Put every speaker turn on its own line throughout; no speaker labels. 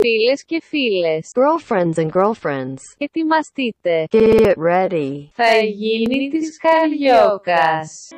Φίλες και φίλες,
girlfriends and girlfriends.
ετοιμαστείτε.
Get ready.
Θα γίνει της Καριόκας.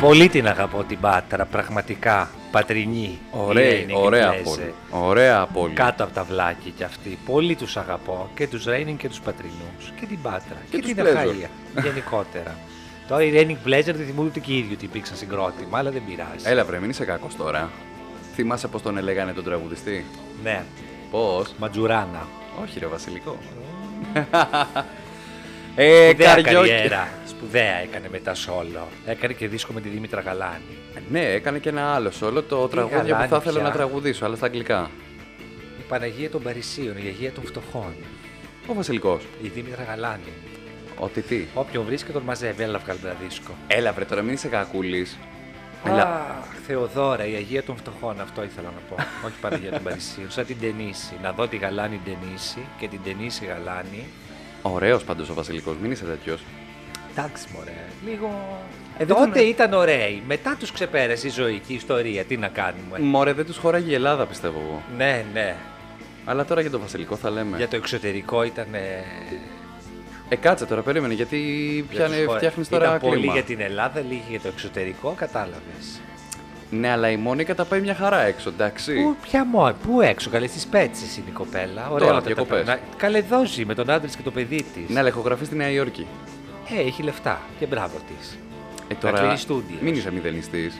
Πολύ την αγαπώ την Πάτρα, πραγματικά. Πατρινή. η
Ωραία,
Ελένη
ωραία
Γκλέζε.
πόλη. Ωραία πόλη.
Κάτω από τα βλάκια κι αυτοί. Πολύ τους αγαπώ και τους Ρέινινγκ και τους Πατρινούς και την Πάτρα και,
τους
την
Pleasure.
Αχαΐα γενικότερα. Τώρα οι Ρέινινγκ Pleasure δεν θυμούνται του ίδιου ότι υπήρξαν συγκρότημα, αλλά δεν πειράζει.
Έλα βρε, μην είσαι κακός τώρα. Θυμάσαι πώς τον έλεγανε τον τραγουδιστή.
Ναι,
Πώς.
Ματζουράνα.
Όχι ρε, βασιλικό. ε,
Σπουδαία
καριόκι.
καριέρα. Σπουδαία έκανε μετά σόλο. Έκανε και δίσκο με τη Δήμητρα Γαλάνη.
Ναι, έκανε και ένα άλλο σόλο, το τραγούδι που
γαλάνη
θα ήθελα
πια.
να τραγουδήσω, αλλά στα αγγλικά.
Η Παναγία των Παρισίων, η Αγία των Φτωχών.
Ο βασιλικός.
Η Δήμητρα Γαλάνη.
Ότι τι.
Όποιον βρίσκει τον μαζεύει, έλα βγάλει ένα δίσκο.
Έλα βρε, τώρα μην είσαι κακούλης. Έλα.
Αχ, Θεοδώρα, η Αγία των Φτωχών, αυτό ήθελα να πω. Όχι Παναγία των Παρισίων, σαν την Τενίση. Να δω τη Γαλάνη Τενίση και την Τενίση Γαλάνη.
Ωραίος πάντως ο βασιλικός, μην είσαι τέτοιος.
Εντάξει, μωρέ. Λίγο.
Ε, δεν
Τότε
τον-
ήταν ωραίοι. Μετά τους ξεπέρασε η ζωή και η ιστορία. Τι να κάνουμε.
Μωρέ, δεν τους χωράγει η Ελλάδα, πιστεύω εγώ.
Ναι, ναι.
Αλλά τώρα για τον βασιλικό θα λέμε.
Για το εξωτερικό ήταν. ε,
Ε, κάτσε τώρα, περίμενε, γιατί
για τους
πιάνε,
χω-
φτιάχνεις τώρα
Ήταν πολύ
κλίμα.
για την Ελλάδα, λίγη για το εξωτερικό, κατάλαβες.
Ναι, αλλά η Μόνικα τα πάει μια χαρά έξω, εντάξει.
Πού, πια μόνο, πού έξω, καλέ στις πέτσες είναι η κοπέλα. Ωραία,
Τώρα,
όταν τα
διακοπές.
περνάει. Καλέ δόζει με τον άντρας της και το παιδί της.
Ναι, αλλά έχω γραφεί στη Νέα Υόρκη.
Ε, έχει λεφτά και μπράβο της.
Ε,
κλείνει στούντιος.
Μην είσαι μηδενιστής.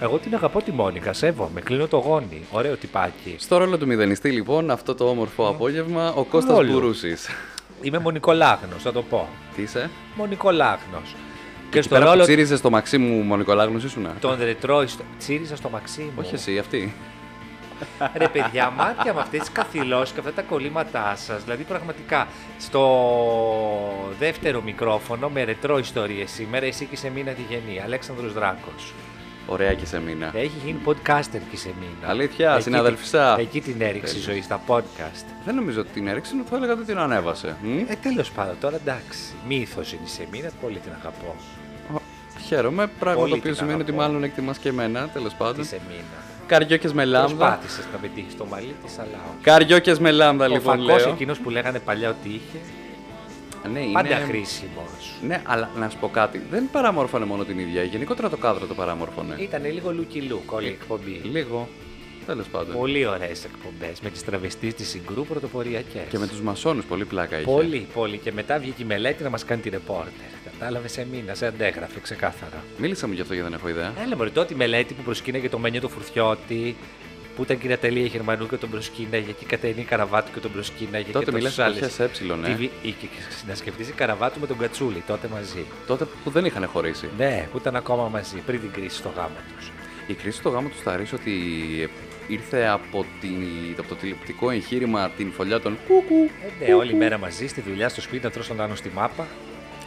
Εγώ την αγαπώ τη Μόνικα, σέβομαι, κλείνω το γόνι. Ωραίο τυπάκι.
Στο ρόλο του μηδενιστή, λοιπόν, αυτό το όμορφο απόγευμα, ο Κώστας
Ρόλο.
Μπουρούσης.
Είμαι Μονικολάγνος, θα το πω.
Τι είσαι.
Μονικολάγνος. Και
Εκεί
στο
πέρα που
ρόλο
Τσίριζε στο μαξί μου, Μονικολάγνου ήσουνα.
των ρετρό, ιστο- τσίριζα στο μαξί μου.
Όχι εσύ, αυτή.
Ρε παιδιά, μάτια με αυτές τις καθυλώσεις και αυτά τα κολλήματά σας. Δηλαδή, πραγματικά, στο δεύτερο μικρόφωνο με ρετρό ιστορίες σήμερα, εσύ και σε μήνα τη γεννή, Αλέξανδρος Δράκος.
Ωραία και σε μήνα.
Έχει γίνει podcaster και σε μήνα.
Αλήθεια, συναδελφισά.
Εκεί την έριξε η ζωή στα podcast.
Δεν νομίζω ότι την έριξε, θα έλεγα ότι την ανέβασε. Μμ.
Ε, τέλος πάντων, τώρα εντάξει. Μύθος είναι η Σεμίνα, πολύ την αγαπώ.
Ο- Ε, Χαίρομαι, πράγμα
Πολύ
το οποίο
την
σημαίνει ότι
αγαπώ.
μάλλον εκτιμάς και εμένα, τέλος
Τη
πάντων.
Σεμίνα.
Καριόκες με λάμδα.
Προσπάθησες να πετύχει το μαλλί της, αλλά όχι.
Καριόκες με λάμδα,
Ο
λοιπόν.
φακός
Λέω.
εκείνος που λέγανε παλιά ότι είχε.
Ναι, είναι...
Πάντα χρήσιμο.
Ναι, αλλά να σου πω κάτι. Δεν παραμόρφωνε μόνο την ίδια. Γενικότερα το κάδρο το παραμόρφωνε.
Ήταν λίγο looky look όλη η εκπομπή.
Ε, Λίγο. Τέλος πάντων.
Πολύ ωραίες εκπομπές. Με τις τravestis της συγκρού πρωτοποριακές.
Και με τους μασόνου πολύ πλάκα είχε.
Πολύ, πολύ. Και μετά βγήκε η μελέτη να μας κάνει τη ρεπόρτερ. Κατάλαβες σε μήνα, σε αντέγραφε ξεκάθαρα.
Μίλησα μου γι' αυτό γιατί δεν έχω ιδέα.
Έλα μωρέ, τότε η μελέτη που προσκύναγε το μενιού του Φουρτιώτη, που ήταν κυρία Τελία Γερμανού και τον προσκύναγε, και η Κατερίνη Καραβάτου και τον προσκύναγε.
Τότε
και
μιλάς
τόσες άλλες.
εποχές έψιλον, ε.
Τι βι- ή- και- και- Να σκεφτείς η Καραβάτου με τον Κατσούλη τότε μαζί.
Τότε που δεν είχαν χωρίσει.
Ναι, που ήταν ακόμα μαζί, πριν την κρίση στο γάμο τους.
Η κρίση του γάμου τους θα ρίσω ότι ήρθε από, την... από το τηλεοπτικό εγχείρημα την φωλιά των κούκου.
Ε, ναι, όλη μέρα μαζί, στη δουλειά, στο σπίτι, να τρως τον άνω στη μάπα.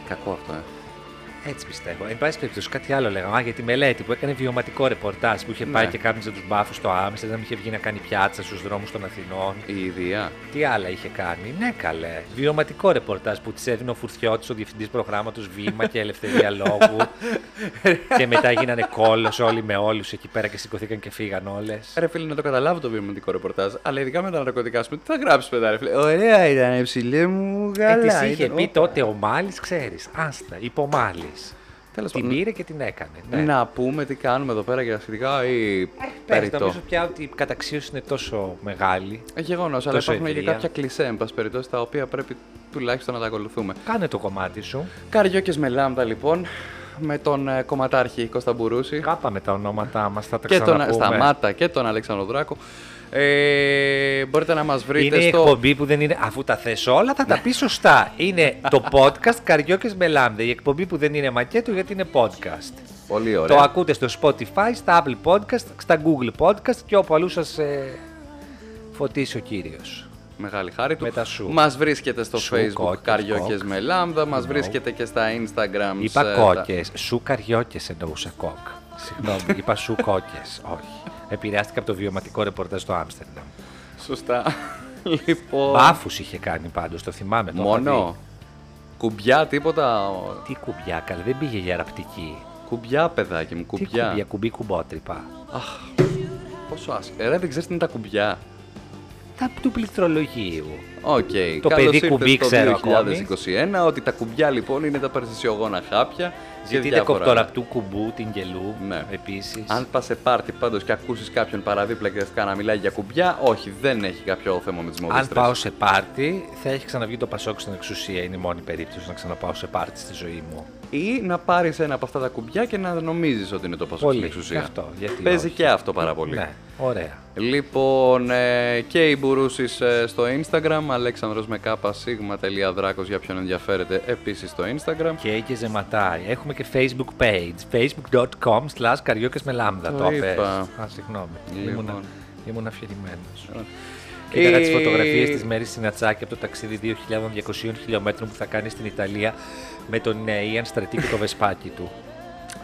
Κακό αυτό, ε.
Έτσι πιστεύω. Εν πάση περιπτώσει, κάτι άλλο λέγαμε. Α, για τη μελέτη που έκανε βιωματικό ρεπορτάζ που είχε
Ναι.
πάει και κάμιζε τους μπάφους στο Άμστερνταμ, είχε βγει να κάνει πιάτσα στους δρόμους των Αθηνών.
Η ιδέα.
Τι άλλα είχε κάνει. Ναι, καλέ. Βιωματικό ρεπορτάζ που της έδινε ο Φουρτιώτης, ο διευθυντής προγράμματος Βήμα και Ελευθερία Λόγου. και μετά γίνανε κόλος όλοι με όλους εκεί πέρα και σηκωθήκαν και φύγαν όλες.
Ρε φίλε, να το καταλάβω το βιομηχανικό ρεπορτάζ, αλλά ειδικά με τα ναρκωτικά σου, τι θα γράψεις μετά, ρε φίλε. Ωραία ήταν, ψηλέ μου,
Ε,
γαλά.
τη είχε πει τότε ο Μάλης, ξέρεις. Άστα, είπε ο Μάλη.
Τέλος
Την
πάντων.
πήρε και την έκανε. Ναι. Ε,
Να πούμε τι κάνουμε εδώ πέρα για σχετικά ή
Πες,
περιττό.
νομίζω πια ότι η καταξίωση είναι τόσο μεγάλη.
Γεγονός, αλλά
Τόσο
υπάρχουν και
ευρεία.
κάποια κλισέ, εν πάση περιπτώσει, τα οποία πρέπει τουλάχιστον να τα ακολουθούμε.
Κάνε το κομμάτι σου.
Καριόκες με λάμδα, λοιπόν, με τον ε, κομματάρχη Κώστα Μπουρούση
Κάπαμε τα ονόματά μας, θα τα
και τον
ξαναπούμε.
Σταμάτα και τον Αλέξανδρο Δράκο. Ε, μπορείτε να μας βρείτε
Είναι η
στο... Ναι.
εκπομπή που δεν είναι. Αφού τα θέσω όλα, θα τα πεις σωστά. Είναι το podcast Καριόκες με Λάμδα. Η εκπομπή που δεν είναι μακέτο γιατί είναι podcast.
Πολύ ωραία.
Το ακούτε στο Spotify, στα Apple Podcast, στα Google Podcast και όπου αλλού σας ε, φωτίσει ο κύριος.
Μεγάλη χάρη του.
Με τα σου.
Μας βρίσκεται στο
Σου,
facebook
κόκκες,
Καριόκες
κόκκες.
με Λάμδα, μας
No.
βρίσκεται και στα instagram.
Είπα
σε-
κόκε. Σου καριόκες εννοούσα κόκ. Συγγνώμη, είπα σου κόκε. Όχι. Επηρεάστηκα από το βιωματικό ρεπορτάζ στο Άμστερνταμ.
Σωστά. λοιπόν,
Μπάφους είχε κάνει πάντως, το θυμάμαι. Το είχα
μόνο.
δει.
Κουμπιά, τίποτα.
Τι κουμπιά, καλά, δεν πήγε για ραπτική.
Κουμπιά, παιδάκι μου,
Τι
κουμπιά.
κουμπιά, κουμπί κουμπότρυπα.
Πόσο άσχημα. Ε, Ρε, δεν ξέρεις τι είναι τα κουμπιά.
Τα του πληκτρολογίου.
Οκ.
Το
καλώς
παιδί
ήρθες
κουμπί
στο
ξέρω
2021 ότι τα κουμπιά λοιπόν είναι τα περσισιογόνα χάπια. και
Ζητείτε
διάφορα.
κοπτοραπτού κουμπού, την γελού
Ναι.
επίσης.
Αν πας σε πάρτι πάντως και ακούσεις κάποιον παραδίπλα και αρχικά να μιλάει για κουμπιά, όχι, δεν έχει κάποιο θέμα με τις μόδες.
Αν πάω σε πάρτι, θα έχει ξαναβγεί το Πασόκ στην εξουσία. Είναι η μόνη περίπτωση να ξαναπάω σε πάρτι στη ζωή μου.
Ή να πάρεις ένα από αυτά τα κουμπιά και να νομίζεις ότι είναι το πασόκ στην εξουσία.
Αυτό, γιατί
Παίζει
όχι.
και αυτό πάρα πολύ.
Ναι, ωραία.
Λοιπόν, ε, και οι μπουρούσεις ε, στο Instagram, αλέξανδρος με κάπα σίγμα τελεία δράκος για ποιον ενδιαφέρεται επίσης στο Instagram.
Και και ζεματάει. Έχουμε και Facebook page. Facebook.com slash καριόκες με λάμδα.
Το
Το πες.
είπα.
Α, συγγνώμη.
Λοιπόν.
Ήμουν, ήμουν αφιερημένος. Κοίταγα τις φωτογραφίες της Μέρη Σινατσάκη από το ταξίδι 2.200 χιλιόμετρων που θα κάνει στην Ιταλία με τον ε, Ιαν Στρατή και το βεσπάκι του.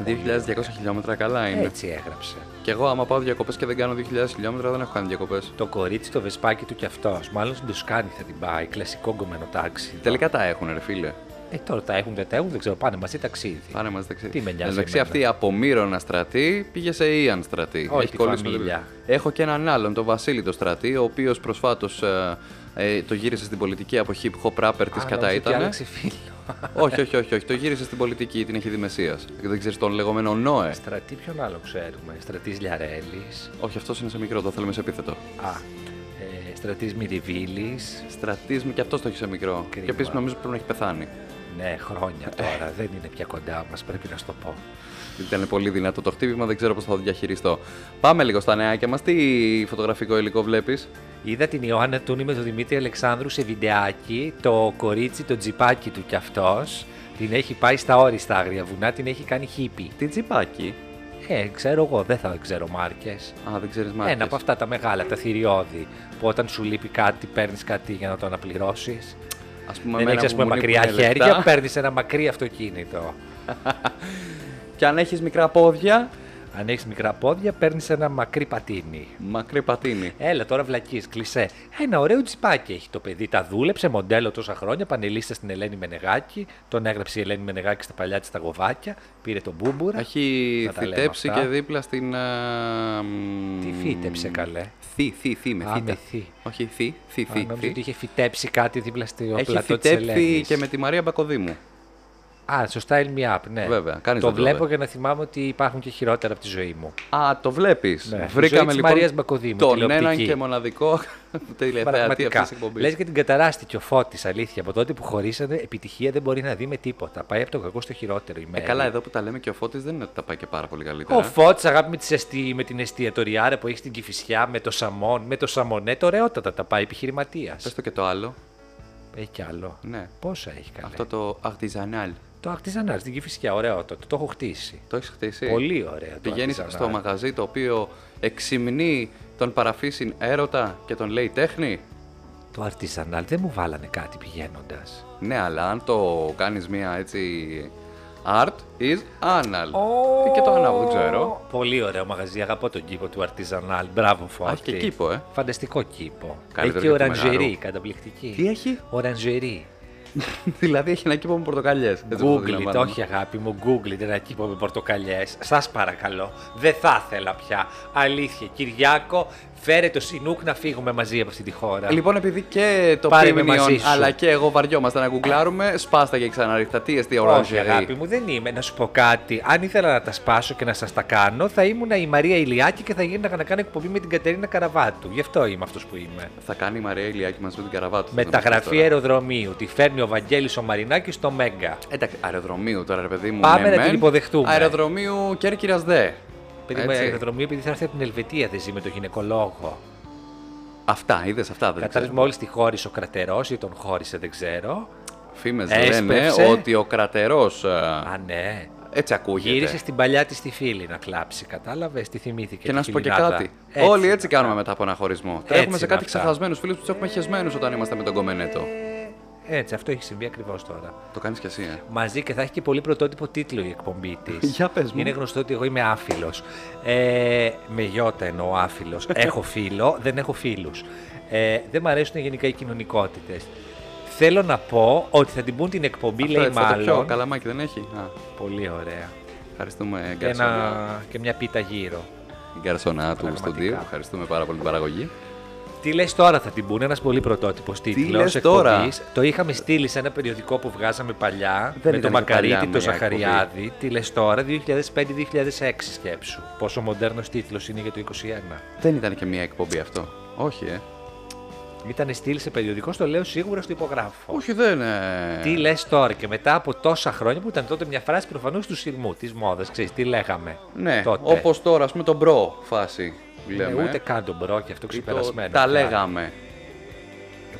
2.200 χιλιόμετρα καλά είναι.
Έτσι έγραψε.
Και εγώ άμα πάω διακοπές και δεν κάνω 2.000 χιλιόμετρα δεν έχω κάνει διακοπές.
Το κορίτσι, το βεσπάκι του κι αυτός. Μάλλον στην Τοσκάνη θα την πάει. Κλασικό γκομμένο τάξι.
Τελικά τα έχουν ρε φίλε.
Ε, τώρα τα έχουν, δεν τα έχουν, δεν ξέρω. Πάνε μαζί ταξίδι.
Πάνε μας δεξί.
Τι με νοιάζει
Εντάξει,
εμένα.
αυτή από Μύρονα στρατή πήγε σε Ιαν στρατή.
Όχι, τη
κολλήσει με το-
φαμίλια.
Έχω και έναν άλλον, τον Βασίλη το στρατή, ο οποίος προσφάτως ε, το γύρισε στην πολιτική από hip hop rapper της
Α,
κατά
νόμιζα ότι
ήταν.
άλλαξε φίλο.
όχι, όχι, όχι, όχι. Το γύρισε στην πολιτική, την έχει δει Μεσία. Δεν ξέρεις τον λεγόμενο Νόε.
Στρατή, ποιον άλλο ξέρουμε. Στρατής Λιαρέλης.
Όχι, αυτός είναι σε μικρό, το θέλουμε σε επίθετο.
Α. Ε, Στρατής Μυριβίλης.
Στρατής μου και αυτός το έχει σε μικρό.
Κρίμα.
Και επίσης νομίζω πρέπει να έχει πεθάνει.
Ναι, χρόνια τώρα. δεν είναι πια κοντά μας, πρέπει να σου το πω.
Ήταν πολύ δυνατό το χτύπημα, δεν ξέρω πώς θα το διαχειριστώ. Πάμε λίγο στα νεάκια μας. Τι φωτογραφικό υλικό βλέπεις.
Είδα την Ιωάννα Τούνη με τον Δημήτρη Αλεξάνδρου σε βιντεάκι, το κορίτσι, το τζιπάκι του κι αυτός. Την έχει πάει στα όριστα άγρια βουνά, την έχει κάνει χίπη.
Τι τσιπάκι.
Ε, ξέρω εγώ, δεν θα ξέρω μάρκες.
Α, δεν ξέρεις μάλλον.
Ένα από αυτά τα μεγάλα, τα θηριώδη, που όταν σου λείπει κάτι, παίρνεις κάτι για να το αναπληρώσεις.
Ας πούμε,
Δεν
εμένα
έχεις ας
που
πούμε
μου λείπουνε
μακριά χέρια,
λεφτά.
παίρνεις ένα μακρύ αυτοκίνητο.
Και αν έχεις μικρά πόδια,
Αν έχεις μικρά πόδια, παίρνεις ένα μακρύ πατίνι.
μακρύ πατίνι.
Έλα τώρα βλακή, κλεισέ. Ένα ωραίο τσιπάκι έχει το παιδί. Τα δούλεψε μοντέλο τόσα χρόνια. Πανελίστα στην Ελένη Μενεγάκη. Τον έγραψε η Ελένη Μενεγάκη στα παλιά της τα γοβάκια. Πήρε τον μπούμπουρα.
Έχει
Να τα λέμε
θυτέψει
αυτά.
και δίπλα στην... α, μ,
Τι φύτεψε καλέ.
Θη, θη, θη με
Α, με
θήτα.
θη.
Όχι, θη, θη,
Α,
θη,
Νόμιζα
θη.
ότι είχε φυτέψει κάτι δίπλα στο
Έχει
πλατό τη Ελένη.
θυτέψει και με τη Μαρία Μπακοδήμου.
Α, σωστά, Style Me Up, ναι.
Βέβαια, κάνεις
το
το
βλέπω
βέβαια.
για να θυμάμαι ότι υπάρχουν και χειρότερα από τη ζωή μου.
Α, το βλέπεις.
Ναι. Ζωή
Βρήκαμε
της
λοιπόν
Μαρίας Μπακοδήμου,
τον
τηλεοπτική.
έναν και μοναδικό τηλεθεατή αυτής της εκπομπής.
Λες και την καταράστηκε ο φώτης, αλήθεια. Από τότε που χωρίσανε, επιτυχία δεν μπορεί να δει με τίποτα. Πάει από το κακό στο χειρότερο η
Ε,
Μέρη.
καλά, ε. εδώ που τα λέμε και ο Φώτης δεν είναι ότι τα πάει και πάρα πολύ καλύτερα.
Ο Φώτης, αγάπη με, τις εστι... με την εστιατοριάρα που έχει στην Κυφυσιά, με το Σαμόν, με το Σαμονέτ, ωραιότατα τα πάει επιχειρηματίας.
Πες το και το άλλο.
Έχει κι άλλο.
Ναι.
Πόσα έχει καλέ.
Αυτό το artisanal.
Το ακτιζανάρ στην Κυφυσιά, ωραιότατο. Το έχω χτίσει.
Το έχεις χτίσει.
Πολύ ωραίο το
Πηγαίνεις
artisanal.
στο μαγαζί το οποίο εξυμνεί τον παραφύσιν έρωτα και τον λέει τέχνη.
Το αρτιζανάλ δεν μου βάλανε κάτι πηγαίνοντας.
Ναι, αλλά αν το κάνεις μία έτσι. Art is anal. Ε, Και το ανάβω, δεν ξέρω.
Πολύ ωραίο μαγαζί. Αγαπώ τον κήπο του αρτιζανάλ. Μπράβο, Φώτη.
Α, έχει και κήπο, ε.
Φανταστικό κήπο. έχει
Καλύτερο και
και
του
οραντζερή,
Μεγάρου.
καταπληκτική.
Τι έχει?
Οραντζερή.
δηλαδή έχει ένα κήπο με πορτοκαλιές. Έτσι όπως
Google
το
it,
αντιλαμβάνομαι.
όχι αγάπη μου, Google it, ένα κήπο με πορτοκαλιές. Σας παρακαλώ, δεν θα ήθελα πια. Αλήθεια, Κυριάκο, φέρε το Σινούκ να φύγουμε μαζί από αυτή τη χώρα.
Λοιπόν, επειδή και το
Πάρε με μαζί
Premium
σου.
αλλά και εγώ βαριόμαστε να γκουγκλάρουμε, σπάστα και ξαναρίχτα. Τι εστί
όχι,
οράντζερι.
αγάπη μου, δεν είμαι. Να σου πω κάτι. Αν ήθελα να τα σπάσω και να σας τα κάνω, θα ήμουν η Μαρία Ηλιάκη και θα γίναγα να κάνω εκπομπή με την Κατερίνα Καραβάτου. Γι' αυτό είμαι αυτός που είμαι.
Θα κάνει η Μαρία Ηλιάκη μαζί με την καραβάτα.
Μεταγραφή αεροδρομίου. Τη φέρνει ο Βαγγέλης ο Μαρινάκης στο Μέγκα.
Ε, Εντάξει, αεροδρομίου τώρα, ρε παιδί μου.
Πάμε
ναι,
να την
μεν.
υποδεχτούμε.
Αεροδρομίου Κέρκυρας Δε.
Παιδί μου,
Έτσι.
αεροδρομίου, επειδή θα έρθει από την Ελβετία, δεν ζει με τον γυναικολόγο.
Αυτά, είδες αυτά δεν
Κατάλαβες
ξέρω.
μόλις τη χώρισε ο κρατερός ή τον χώρισε, δεν ξέρω.
Φήμες
Έσπευσε.
λένε ότι ο κρατερός... ε,
Α, ναι.
Έτσι ακούγεται.
Γύρισε στην παλιά της τη φίλη να κλάψει, κατάλαβες. Τη θυμήθηκε.
Και
τη
να σου πω και
φιλινάδα.
κάτι.
Έτσι
Όλοι
είναι
έτσι
αυτά.
κάνουμε μετά από ένα χωρισμό.
είναι
Τρέχουμε σε κάτι
αυτά.
ξεχασμένους φίλους που τους έχουμε χεσμένους όταν είμαστε με τον κομμενέτο.
Έτσι, αυτό έχει συμβεί ακριβώς τώρα.
Το κάνεις κι εσύ, ε.
Μαζί και θα έχει και πολύ πρωτότυπο τίτλο η εκπομπή της.
Για πες μου.
Είναι γνωστό ότι εγώ είμαι άφιλος. Ε, με γιώτα εννοώ άφιλος. έχω φίλο, δεν έχω φίλους. Ε, δεν μ' αρέσουν γενικά οι κοινωνικότητες. Θέλω να πω ότι θα την πούν την εκπομπή,
Αυτό
λέει
έτσι θα το πιω.
μάλλον.
Καλαμάκι δεν έχει. Α,
Πολύ ωραία.
ευχαριστούμε,
Και, ένα, και μια πίτα γύρω.
Γκαρσονά του στοντίου. Ευχαριστούμε πάρα πολύ την παραγωγή.
Τι λες τώρα θα την πούνε, ένας πολύ πρωτότυπος τίτλος.
λες τώρα?
Το είχαμε στείλει σε ένα περιοδικό που βγάζαμε παλιά.
Δεν
με
ήταν
τον
και παλιά
Μακαρίτη,
μια
τον Ζαχαριάδη. Τι λες τώρα, 2005-2006 σκέψου. Πόσο μοντέρνος τίτλος είναι για το 21.
Δεν ήταν και μία εκπομπή αυτό. Όχι, ε.
Ήταν στείλει σε περιοδικό, στο λέω σίγουρα στο υπογράφω.
Όχι, δεν. ε.
Τι λες τώρα και μετά από τόσα χρόνια που ήταν τότε μια φράση προφανώς του σειρμού, της μόδας. Ξέρεις τι λέγαμε.
Ναι,
τότε.
όπως τώρα, ας πούμε, τον προ φάση.
Ναι,
Λέμε.
ούτε καν τον μπρο και αυτό
Ή το-
ξεπερασμένο.
Τα λέγαμε.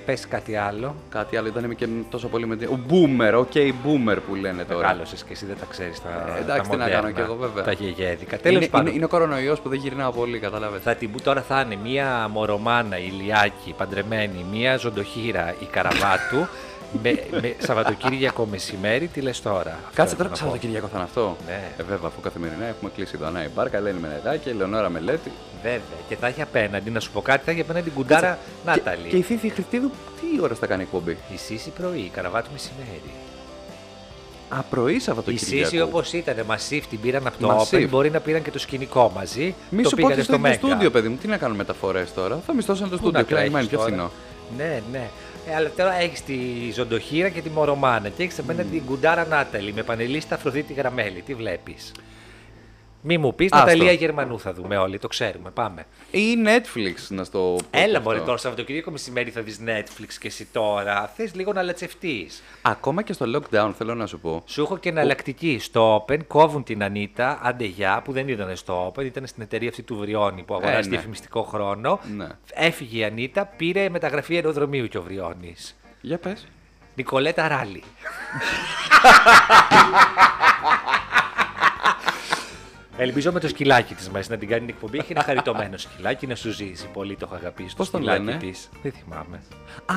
Πες κάτι άλλο.
Κάτι άλλο ήταν και τόσο πολύ με την. Ο boomer, οκ, boomer που λένε τώρα.
Μεγάλωσες και εσύ, δεν τα ξέρεις τα.
Ε,
τα
εντάξει, τι να
μοντέρνα,
κάνω κι εγώ, βέβαια.
Τα γεγέδικα.
Είναι,
Τέλος
είναι,
πάντων.
είναι ο κορονοϊός που δεν γυρνάω πολύ, κατάλαβες.
Θα την που τώρα θα είναι μία μορομάνα ηλιάκη παντρεμένη, μία ζωντοχύρα η καραβάτου. με, με Σαββατοκύριακο μεσημέρι, τι λες τώρα. Αυτό
Κάτσε
έχω
τώρα,
να πω.
Σαββατοκύριακο θα είναι αυτό.
Ναι.
Ε, βέβαια, αφού καθημερινά έχουμε κλείσει εδώ. Να η Μπάρκα, Ελένη Μενεδάκη, Ελεονόρα Μελέτη.
Βέβαια. Και θα έχει απέναντι, να σου πω κάτι, θα έχει απέναντι την κουντάρα Νάταλη.
Και, και η Θήθη Χριστίδου, τι ώρα θα κάνει εκπομπή.
Η Σύση πρωί, η καραβάτου μεσημέρι.
Α, πρωί
Η
Σαββατοκύριακο.
Σύση όπως ήταν, μασίφ την πήραν από το
Μασίφ.
Open, μπορεί να πήραν και το σκηνικό μαζί.
Μη
το
σου πω
πήγανε
και στο
στο
ίδιο
Μέγκα.
στούντιο, παιδί μου. Τι να κάνουν μεταφορές τώρα. Θα μισθώσουν το
Πού να
στούντιο.
τρέχεις
Κλάιν Μάιν, πιο
τώρα.
φθηνό.
Ναι, ναι. Ε, αλλά τώρα έχεις τη Ζωντοχύρα και τη Μορομάνα και έχεις απέναντι την Κουντάρα Νάταλη με πανελίστα Αφροδίτη Γραμμέλη. Τι βλέπεις. Μη μου πεις
Άστο.
Ναταλία Γερμανού θα δούμε όλοι, το ξέρουμε. Πάμε.
Ή Netflix, να στο πω. και
Έλα,
αυτό.
Μωρή, τώρα Σαββατοκύριακο μεσημέρι θα δεις Netflix και εσύ τώρα. Θες λίγο να λατσευτείς.
Ακόμα και στο lockdown, θέλω να σου πω.
Σου έχω και εναλλακτική. Στο Open κόβουν την Ανίτα, αντεγιά, που δεν ήταν στο Open, ήταν στην εταιρεία αυτή του Βριώνη που αγοράζει
ναι.
διαφημιστικό χρόνο.
Ναι.
Έφυγε η Ανίτα, πήρε μεταγραφή αεροδρομίου και ο Βριώνης.
Για πες.
Νικολέτα Ράλι. Ελπίζω με το σκυλάκι της μέσα να την κάνει την εκπομπή. Έχει ένα χαριτωμένο σκυλάκι να σου ζήσει. Πολύ το έχω αγαπήσει. Το
Πώς τον
σκυλάκι
λένε?
της. Δεν θυμάμαι.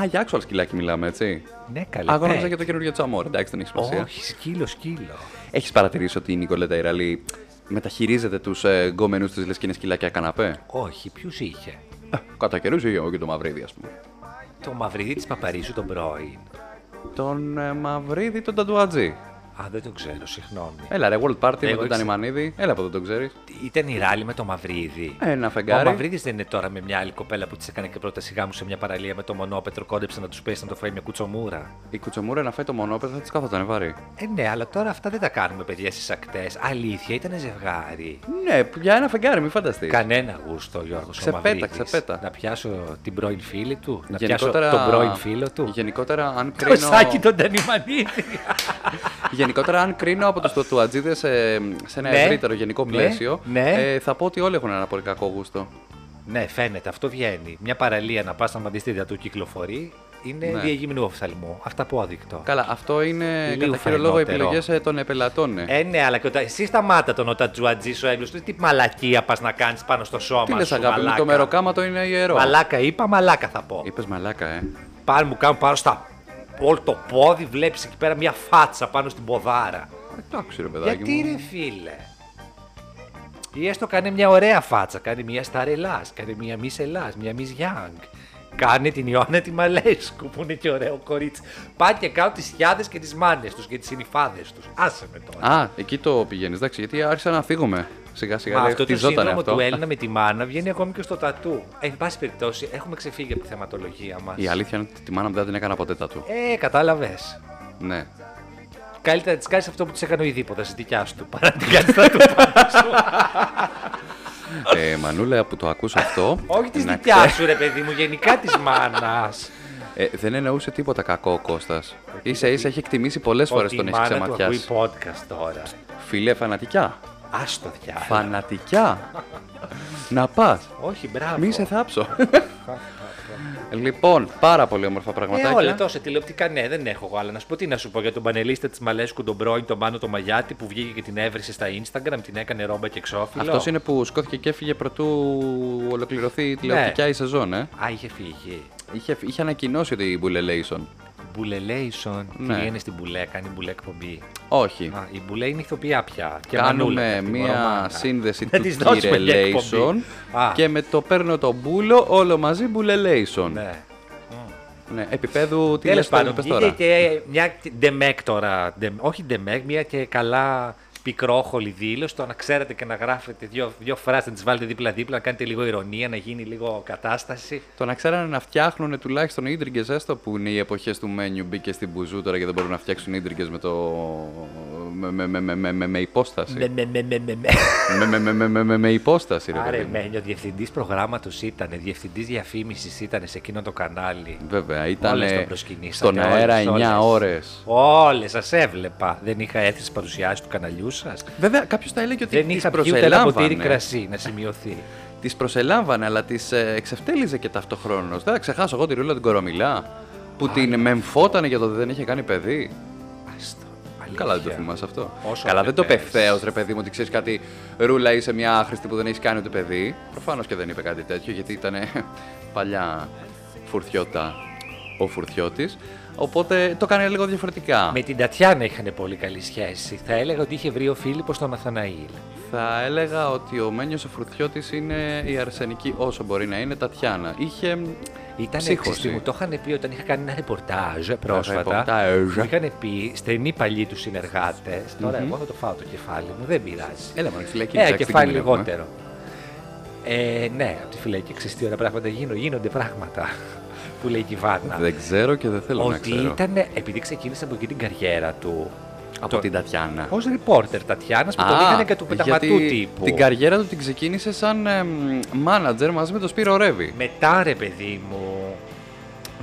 Α, για actual σκυλάκι μιλάμε, έτσι.
Ναι, καλή.
Αγόραζα
ναι.
και το καινούριο τσαμόρ. Εντάξει, δεν έχει σημασία.
Όχι, σκύλο, σκύλο.
Έχεις παρατηρήσει ότι η Νικολέτα Ιραλή μεταχειρίζεται τους ε, γκόμενους της λες και είναι σκυλάκια καναπέ.
Όχι, ποιους είχε.
Ε, Κατά καιρούς ή εγώ και το Μαυρίδη, ας πούμε.
Το μαυρίδι της Παπαρίζου τον πρώην.
Τον ε, Μαυρίδη, τον Ταντουατζή.
Α, δεν το ξέρω, συγγνώμη.
Έλα, ρε, World Party με
Εγώ
τον
ήξερα.
Τανιμανίδη. Έλα από εδώ, τον ξέρεις.
Ήταν η ράλι με το Μαυρίδι.
Ένα
Ο
φεγγάρι.
Μαυρίδης δεν είναι τώρα με μια άλλη κοπέλα που της έκανε και πρώτα σιγά μου σε μια παραλία με το μονόπετρο. Κόντεψε να τους πέσει να το φάει μια κουτσομούρα.
Η κουτσομούρα να φάει το μονόπεδο θα της κάθονταν βαρύ.
Ε, ναι, αλλά τώρα αυτά δεν τα κάνουμε, παιδιά, στις ακτές. Αλήθεια, ήταν ζευγάρι.
Ναι, για ένα φεγγάρι, μην φανταστείς.
Κανένα γούστο, Γιώργος.
Ξεπέτα, ξεπέτα.
Να πιάσω την πρώην φίλη του, να πιάσω τον πρώην φίλο του.
Γενικότερα, αν
Το
κρίνω.
σάκι τον Τανιμανίδη.
Γενικότερα, αν κρίνω από τους τουατζίδε σε, σε ένα
Ναι,
ευρύτερο γενικό
ναι,
πλαίσιο,
ναι.
ε, θα πω ότι όλοι έχουν ένα πολύ κακό γούστο.
ναι, φαίνεται, αυτό βγαίνει. Μια παραλία να πας να μαντιστείτε του κυκλοφορεί είναι
Ναι.
διαγυμνού οφθαλμού. Αυταπόδεικτο.
Καλά, αυτό είναι
Λίγο
κατά κύριο λόγο
φαϊνότερο.
επιλογές των επελατών. ναι.
Ε, ναι, αλλά και όταν εσύ σταμάτα τον οτατζουατζή σου έμπλουστο, τι μαλακία πας να κάνεις πάνω στο σώμα
Τι λες,
σου.
αγάπη μου,
μαλάκα.
το μεροκάματο είναι ιερό.
Μαλάκα είπα, μαλάκα θα πω.
Είπες μαλάκα, ε.
Πάνω μου κάνω πάνω στα όλο το πόδι, βλέπεις εκεί πέρα μια φάτσα πάνω στην ποδάρα.
Εντάξει, ρε παιδάκι.
Γιατί
μου.
ρε φίλε. Ή έστω κάνει μια ωραία φάτσα, κάνει μια σταρελάς, κάνει μια μη σελάς, μια μη γιάνγκ. Κάνει την Ιωάννα τη Μαλέσκου που είναι και ωραίο κορίτσι. Πάει και κάνουν τις χιάδες και τις μάνες τους και τις συνυφάδες τους. Άσε με τώρα.
Α, εκεί το πηγαίνεις, εντάξει, γιατί άρχισα να φύγουμε. Σιγά σιγά
Μα
λέει,
αυτό το
χτιζότανε
σύνδρομο
αυτό.
του Έλληνα με τη μάνα βγαίνει ακόμη και στο τατού. Ε, εν πάση περιπτώσει, έχουμε ξεφύγει από τη θεματολογία μας.
Η αλήθεια είναι ότι τη μάνα μου δεν την έκανα ποτέ τα του.
Ε, κατάλαβες.
Ναι.
Καλύτερα να της κάνεις αυτό που της έκανε ο Ιδίποδας, της δικιάς σου, παρά να την κάνει τα του πάνω σου.
ε, Μανούλα, που το ακούς αυτό.
Όχι της
να
δικιάς σου, ρε παιδί μου, γενικά της μάνας.
Ε, δεν εννοούσε τίποτα κακό ο Κώστας. σα ίσα έχει εκτιμήσει πολλές φορές τον έχεις
μάνα του ακούει
ξεματιάσει.
podcast τώρα.
Φίλε, φανατικά.
Άστο πια.
Φανατικά. να πας.
Όχι, μπράβο.
Μη σε θάψω. λοιπόν, πάρα πολύ όμορφα
Ε,
πραγματάκια.
όλα τόσο τηλεοπτικά, ναι, δεν έχω εγώ άλλα. Να σου πω τι να σου πω για τον πανελίστα της Μαλέσκου, τον πρώην, τον Πάνο, τον Μαγιάτη που βγήκε και την έβρισε στα Instagram, την έκανε ρόμπα και εξώφυλλο.
Αυτός είναι που σκόθηκε και έφυγε πρωτού ολοκληρωθεί η τηλεοπτικά
Ναι.
η σεζόν, ε.
Α, είχε φύγει.
Είχε, είχε ανακοινώσει ότι η Bulelation.
Μπουλελέισον.
Ναι.
Πηγαίνει στην Μπουλέ, κάνει Μπουλέ εκπομπή.
Όχι.
Α, η Μπουλέ είναι ηθοποιά πια. Και μανούλα,
Κάνουμε
την
μία
κορομάνα.
σύνδεση
Να
του
της δώσουμε μια
Kirelation
εκπομπή. Α,
και με το παίρνω το μπούλο όλο μαζί Bulelation.
Ναι.
Ναι, επίπεδου τι
Τέλος
λες τώρα,
πάντων,
είπες
βγήκε
τώρα.
και μια ντεμέκ τώρα. ντε- όχι ντεμέκ, μια και καλά πικρόχολη δήλωση. Το να ξέρετε και να γράφετε δύο, δύο φράσεις, να τις βάλετε δίπλα-δίπλα, να κάνετε λίγο ηρωνία, να γίνει λίγο κατάσταση.
Το να ξέρανε να φτιάχνουν τουλάχιστον ίντριγκες, έστω που είναι οι εποχές του μένιου, μπήκε στην μπουζού τώρα και δεν μπορούν να φτιάξουν ίντριγκες με το. με, με, με, με, με, με, με
Με,
υπόσταση.
με, με, με, με, με.
με, με, με, με, με, με, με υπόσταση, ρε παιδί
Άρε
μου.
Μένιο, διευθυντής προγράμματος ήταν, διευθυντής διαφήμισης ήταν σε εκείνο το κανάλι.
Βέβαια, ήταν
Όλες τον προσκυνήσατε,
στον αέρα
όλες,
9
όλες.
ώρες.
Όλες σας έβλεπα. Δεν είχα αίθριση παρουσιάσεις του καναλιού σας.
Βέβαια, κάποιος θα έλεγε ότι
Δεν
τις
είχα πιει ούτε ένα ποτήρι
προσελάμβανε.
κρασί να σημειωθεί.
Τις προσελάμβανε, αλλά τις ε, εξευτέλιζε και ταυτοχρόνως. Δεν θα ξεχάσω εγώ τη ρούλα την κορομιλά. Που την μεμφότανε για το ότι δεν είχε κάνει παιδί.
Άστο.
Καλά δεν το
αλήθεια.
θυμάσαι αυτό.
Όσο
Καλά δεν το
έπαιζε.
πευθαίω, ρε παιδί μου, ότι ξέρεις κάτι. Ρούλα, είσαι μια άχρηστη που δεν έχεις κάνει ούτε παιδί. Προφανώς και δεν είπε κάτι τέτοιο, γιατί ήταν παλιά φουρτιώτα ο φουρτιώτης. Οπότε το κάνει λίγο διαφορετικά.
Με την Τατιάνα είχαν πολύ καλή σχέση. Θα έλεγα ότι είχε βρει ο Φίλιππος τον Αθαναήλ.
Θα έλεγα ότι ο Μένιος ο Φουρτιώτη είναι η αρσενική όσο μπορεί να είναι Τατιάνα. Είχε.
Ήταν
Ψύχωση.
εξιστή μου. Το είχαν πει όταν είχα κάνει ένα ρεπορτάζ ε, πρόσφατα.
ρεπορτάζ.
Μου είχαν πει στενοί παλιοί τους συνεργάτες. Τώρα εγώ θα το φάω το κεφάλι μου, δεν πειράζει.
Έλα, μωρέ, φυλακή.
Ε,
εντάξει, τι
κεφάλι
κινδυνεύουμε.
λιγότερο. Ε, ναι, από τη φυλακή ξεστή ώρα πράγματα γίνονται, γίνονται πράγματα που λέει η Κυβάνα.
Δεν ξέρω και δεν θέλω να
ότι
ξέρω.
ήταν, επειδή ξεκίνησε από εκεί την καριέρα του.
Από την Τατιάνα.
Ως ρεπόρτερ Τατιάνα που
Α,
τον είχαν και του
γιατί
πεταματού τύπου.
Την καριέρα του την ξεκίνησε σαν μάνατζερ μαζί με τον Σπύρο Ρεύη.
Μετά ρε παιδί μου,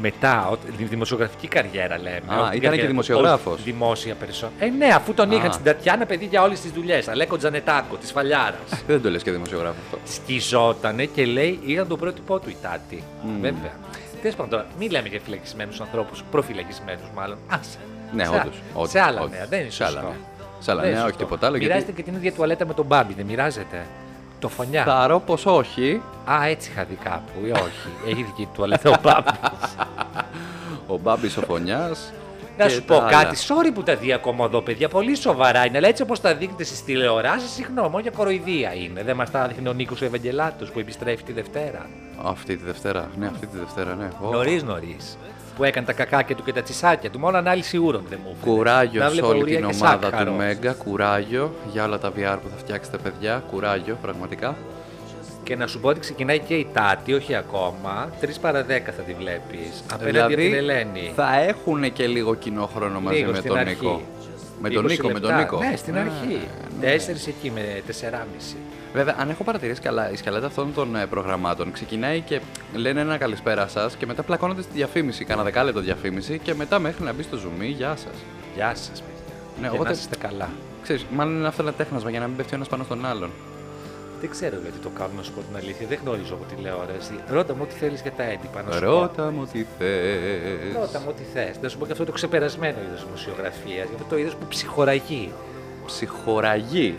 μετά, ο- δη- δημοσιογραφική καριέρα λέμε. όχι την
Α, ήταν και
καριέρα του,
δημοσιογράφος.
ως Δημόσια περισσότερο. Ε, ναι, αφού τον
Α.
είχαν στην Τατιάνα παιδί για όλες τις δουλειές. Αλέκο Τζανετάκο, της Φαλιάρας.
Δεν το λες και δημοσιογράφο αυτό.
Σκιζότανε και λέει, ήταν το πρότυπό του η Τάτη.
Μμμ.
Βέβαια. Τέλος πάντων, τώρα, μην λέμε για φυλακισμένους ανθρώπους, προφυλακισμένους μάλλον. Άσε.
Ναι,
Σε-
όντως, όντως,
Σε άλλα
όντως.
νέα, δεν είναι
Σε άλλα
σωστό.
νέα. Σε άλλα
Δεν είναι
νέα, όχι
σωστό.
τίποτα άλλο.
Μοιράζεται
Γιατί
και την ίδια τουαλέτα με τον Μπάμπι, δεν μοιράζεται. Το φωνιά.
θα ρω πως όχι.
Α, έτσι είχα δει κάπου, ή όχι. Έχει δική του τουαλέτα ο Μπάμπι.
Ο Μπάμπης ο Φωνιάς.
Να
και
σου
τα
πω
άλλα.
κάτι, sorry που τα διακομωδώ, παιδιά. Πολύ σοβαρά είναι, αλλά έτσι όπως τα δείχνετε στις τηλεοράσεις, συγγνώμη, μόνο για κοροϊδία είναι. Δεν μας τα δείχνει ο Νίκος Ευαγγελάτος που επιστρέφει τη Δευτέρα.
Αυτή τη Δευτέρα. Ναι, αυτή τη Δευτέρα, ναι. Ω,
Νωρίς νωρίς. Που έκανε τα κακάκια του και τα τσισάκια του. Μόνο ανάλυση ούρων δεν μου έφερε. Να
Κουράγιο σε
βλέπω
όλη
ουρία
την
και
ομάδα του
σάκχαρο.
Μέγκα. Κουράγιο για όλα τα VR που θα φτιάξετε, παιδιά. Κουράγιο, πραγματικά.
Και να σου πω ότι ξεκινάει και η Τάτη, όχι ακόμα. 3 παρα 10 θα τη βλέπεις. Απέναντι από την Ελένη.
Δηλαδή, θα έχουν και λίγο κοινό χρόνο μαζί
Λίγο
με
στην
τον
αρχή.
Νίκο. Με τον
20
Νίκο, με τον
λεπτά.
Νίκο.
Ναι, στην
Ναι,
αρχή.
ναι.
Τέσσερις εκεί με 4,5.
Βέβαια, αν έχω παρατηρήσει καλά, η σκαλέτα αυτών των ε, προγραμμάτων ξεκινάει και λένε ένα καλησπέρα σας και μετά πλακώνονται στη διαφήμιση, κάνα δεκάλεπτο διαφήμιση και μετά μέχρι να μπει στο zoom, γεια σας.
Γεια σας, παιδιά.
Ναι,
και
οπότε-
να είστε καλά.
Ξέρεις, μάλλον είναι αυτό ένα τέχνασμα για να μην πέφτει ο ένας πάνω στον άλλον.
Δεν ξέρω γιατί το κάνουν, να σου πω την αλήθεια. Δεν γνωρίζω από τηλεόραση. Ρώτα μου ό,τι θέλεις για τα έντυπα. Να σου πω.
Ρώτα μου τι θες.
Ρώτα μου ό,τι θες. Να σου πω και αυτό το ξεπερασμένο είδος δημοσιογραφίας. Αυτό το είδος που ψυχοραγεί.
Ψυχοραγή.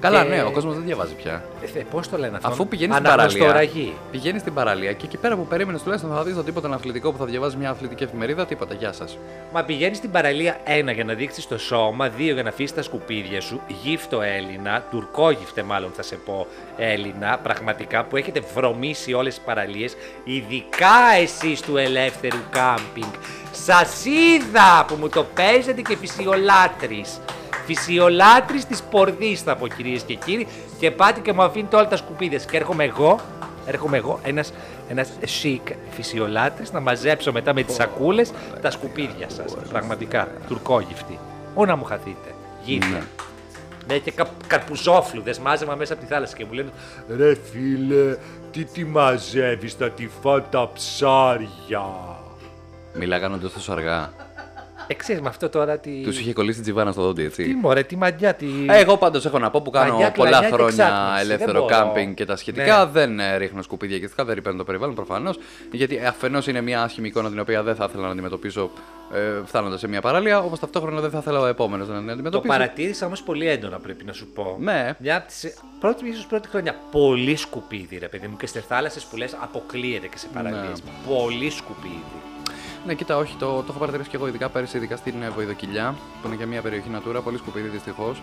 Καλά,
Ε,
ναι, ο κόσμος δεν διαβάζει πια.
Πώ Ε, το λένε αυτό.
Αφού πηγαίνει στην παραλία.
Αναγνωστοραγεί.
Πηγαίνει στην παραλία και εκεί πέρα που περίμενες τουλάχιστον θα δεις το τίποτα ένα αθλητικό που θα διαβάζεις μια αθλητική εφημερίδα, τίποτα. Γεια σας.
Μα πηγαίνεις στην παραλία ένα για να δείξεις το σώμα, δύο για να αφήσεις τα σκουπίδια σου. Γύφτο Έλληνα, τουρκόγυφτε μάλλον θα σε πω Έλληνα, πραγματικά που έχετε βρωμίσει όλες τις παραλίες, ειδικά εσείς του ελεύθερου κάμπινγκ. Σας είδα που μου το παίζετε και φυσιολάτρης. Φυσιολάτρης της πορδής θα πω κυρίες και κύριοι, και πάτε και μου αφήνετε όλα τα σκουπίδια. σας. Και έρχομαι εγώ, έρχομαι εγώ, ένας ένας chic φυσιολάτρης να μαζέψω μετά με τις σακούλες τα σκουπίδια σας. Πραγματικά, τουρκόγυφτη. Ω να μου χαθείτε. Γύρια. Ναι, και κα, καρπουζόφλουδες μάζεμα μέσα από τη θάλασσα και μου λένε «Ρε φίλε, τι τι μαζεύεις, θα τη φά τα ψάρια».
Μιλάγανε όντω τόσο αργά.
Ε, ξέρεις, με αυτό τώρα τη...
Τους είχε κολλήσει τζιβάνα στο δόντι,
Τι
έτσι.
μωρέ, τη μαγιά, τη...
Ε, Εγώ πάντως έχω να πω που κάνω
Μαγιά,
πολλά
κλανιά και
χρόνια
εξάτμιση. Δεν
ελεύθερο
μπορώ.
κάμπινγκ και τα σχετικά.
Ναι.
Δεν ε, ρίχνω σκουπίδια και σχετικά, δεν ρηπαίνω το περιβάλλον προφανώς. Γιατί αφενός είναι μια άσχημη εικόνα την οποία δεν θα ήθελα να αντιμετωπίσω ε, φτάνοντας σε μια παραλία, όμως ταυτόχρονα δεν θα ήθελα ο επόμενος να την
Το
αντιμετωπίσει.
παρατήρησα όμως πολύ έντονα, πρέπει να σου πω.
Ναι.
Μια από τις πρώτη, ίσως πρώτη χρονιά. Πολύ σκουπίδι, ρε παιδί μου. Και στι θάλασσες που λες, αποκλείεται και σε παραλίες. Πολύ σκουπίδι.
Ναι, κοίτα, όχι, το, το έχω παρατηρήσει και εγώ ειδικά πέρυσι, ειδικά στην ε, Βοηδοκυλιά, που είναι και μια περιοχή Natura, πολύ σκουπίδι δυστυχώς.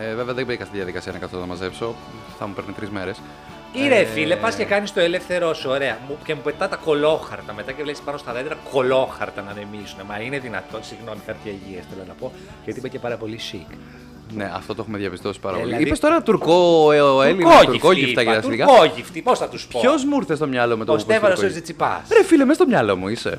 Ε, βέβαια δεν μπήκα στη διαδικασία να καθώ να μαζέψω, θα μου παίρνει τρεις μέρες. Ε,
Ή ρε φίλε, πας και κάνεις το ελεύθερό σου, ωραία. Μου, και μου πετά τα κολόχαρτα μετά και βλέπεις πάνω στα δέντρα κολόχαρτα να ανεμίζουν. Μα είναι δυνατόν, συγγνώμη, χαρτιά υγεία θέλω να πω, γιατί είμαι και πάρα πολύ chic.
Ναι, αυτό το έχουμε διαπιστώσει πάρα
Ε,
πολύ.
δηλαδή-
Είπες τώρα τουρκό, ε, ο Έλληνα, τουρκόγυφτα για τα σχετικά.
Τουρκόγυφτη, πώς θα τους πω.
Ποιος μου ήρθε στο μυαλό με το
Ο
που είπες
Στέφανο ο
τουρκόγυφτη?
Ζιτσιπάς.
Ρε φίλε, μέσα στο μυαλό μου είσαι.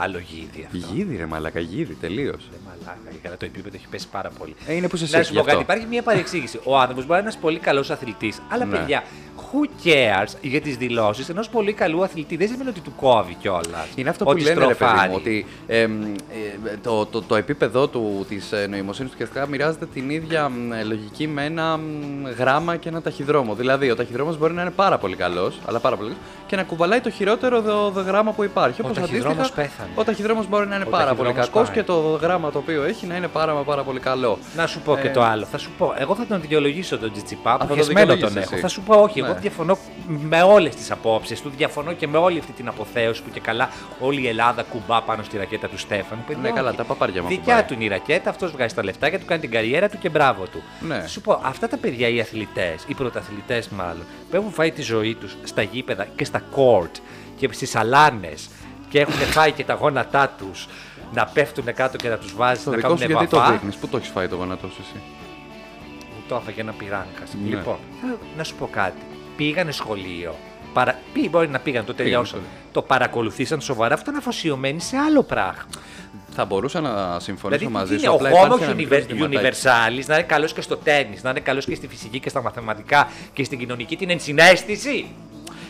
Άλλο γίδι αυτό.
Γίδι, ρε μαλακα, γίδι, τελείω.
Ρε Μαλάκα, καλά το επίπεδο έχει πέσει πάρα πολύ.
Ε, είναι που σε
Να
σήκει
σου
γι'
πω κάτι,
αυτό.
υπάρχει μια παρεξήγηση. Ο άνθρωπος μπορεί να είναι ένας πολύ καλός αθλητής, αλλά
Ναι.
παιδιά, who cares για τις δηλώσεις ενός πολύ καλού αθλητή. Δεν σημαίνει ότι του κόβει κιόλας.
Είναι αυτό που λένε, ρε παιδί μου, ότι εμ, ε, το, το, το επίπεδο του, της ε, νοημοσύνης του και αυτά μοιράζεται την ίδια μ, ε, λογική με ένα μ, γράμμα και ένα ταχυδρόμο. Δηλαδή, ο ταχυδρόμος μπορεί να είναι πάρα πολύ καλός, αλλά πάρα πολύ καλός, και να κουβαλάει το χειρότερο δο, δο- γράμμα που υπάρχει.
Ο
Όπως
ταχυδρόμος
αντίστοιχα,
πέθανε.
Ο ταχυδρόμος μπορεί να είναι
Ο
πάρα πολύ
ταχυδρόμος
κακός
πάει.
και το γράμμα το οποίο έχει να είναι πάρα, μα πάρα πολύ καλό.
Να σου πω και
Ε,
το άλλο. Θα σου πω, εγώ θα τον δικαιολογήσω τον Τζιτσιπά,
θα τον
αποχεσμένο τον
δικαιολογήσεις
έχω.
εσύ.
Θα σου πω, όχι, εγώ
Ναι.
διαφωνώ με όλες τις απόψεις του, διαφωνώ και με όλη αυτή την αποθέωση που και καλά όλη η Ελλάδα κουμπά πάνω στη ρακέτα του Στέφανου. Παιδιά,
Ναι, καλά,
όχι.
τα παπάρια μου
Δικιά
κουμπάει.
του είναι η ρακέτα, αυτός βγάζει τα λεφτάκια του, κάνει την καριέρα του και μπράβο του.
Ναι.
Θα Σου πω, αυτά τα παιδιά οι αθλητές, οι πρωταθλητές μάλλον, που έχουν φάει τη ζωή τους στα γήπεδα και στα court και στις σαλάνες και έχουν φάει και τα γόνατά τους να πέφτουν κάτω και να τους βάζεις
Στο
να
δικό
κάνουν
σου γιατί το
βαφά.
δείχνεις, πού το έχεις φάει το γονατό σου εσύ.
Μου το έφαγε ένα πυράγκα.
Ναι.
Λοιπόν, θέλω να σου πω κάτι. Πήγανε σχολείο. Παρα... Ποι, μπορεί να πήγαν, το τελειώσαν. Το παρακολουθήσαν σοβαρά. Αυτό είναι αφοσιωμένοι σε άλλο πράγμα.
Θα μπορούσα να συμφωνήσω
Δηλαδή,
μαζί
τι
σου.
είναι ο
απλά υπάρχει
Homo
ένα μικρό
univer-
ζητηματάκι.
Universalis να είναι καλός και στο τέννη, να είναι καλός και στη φυσική και στα μαθηματικά και στην κοινωνική την ενσυναίσθηση.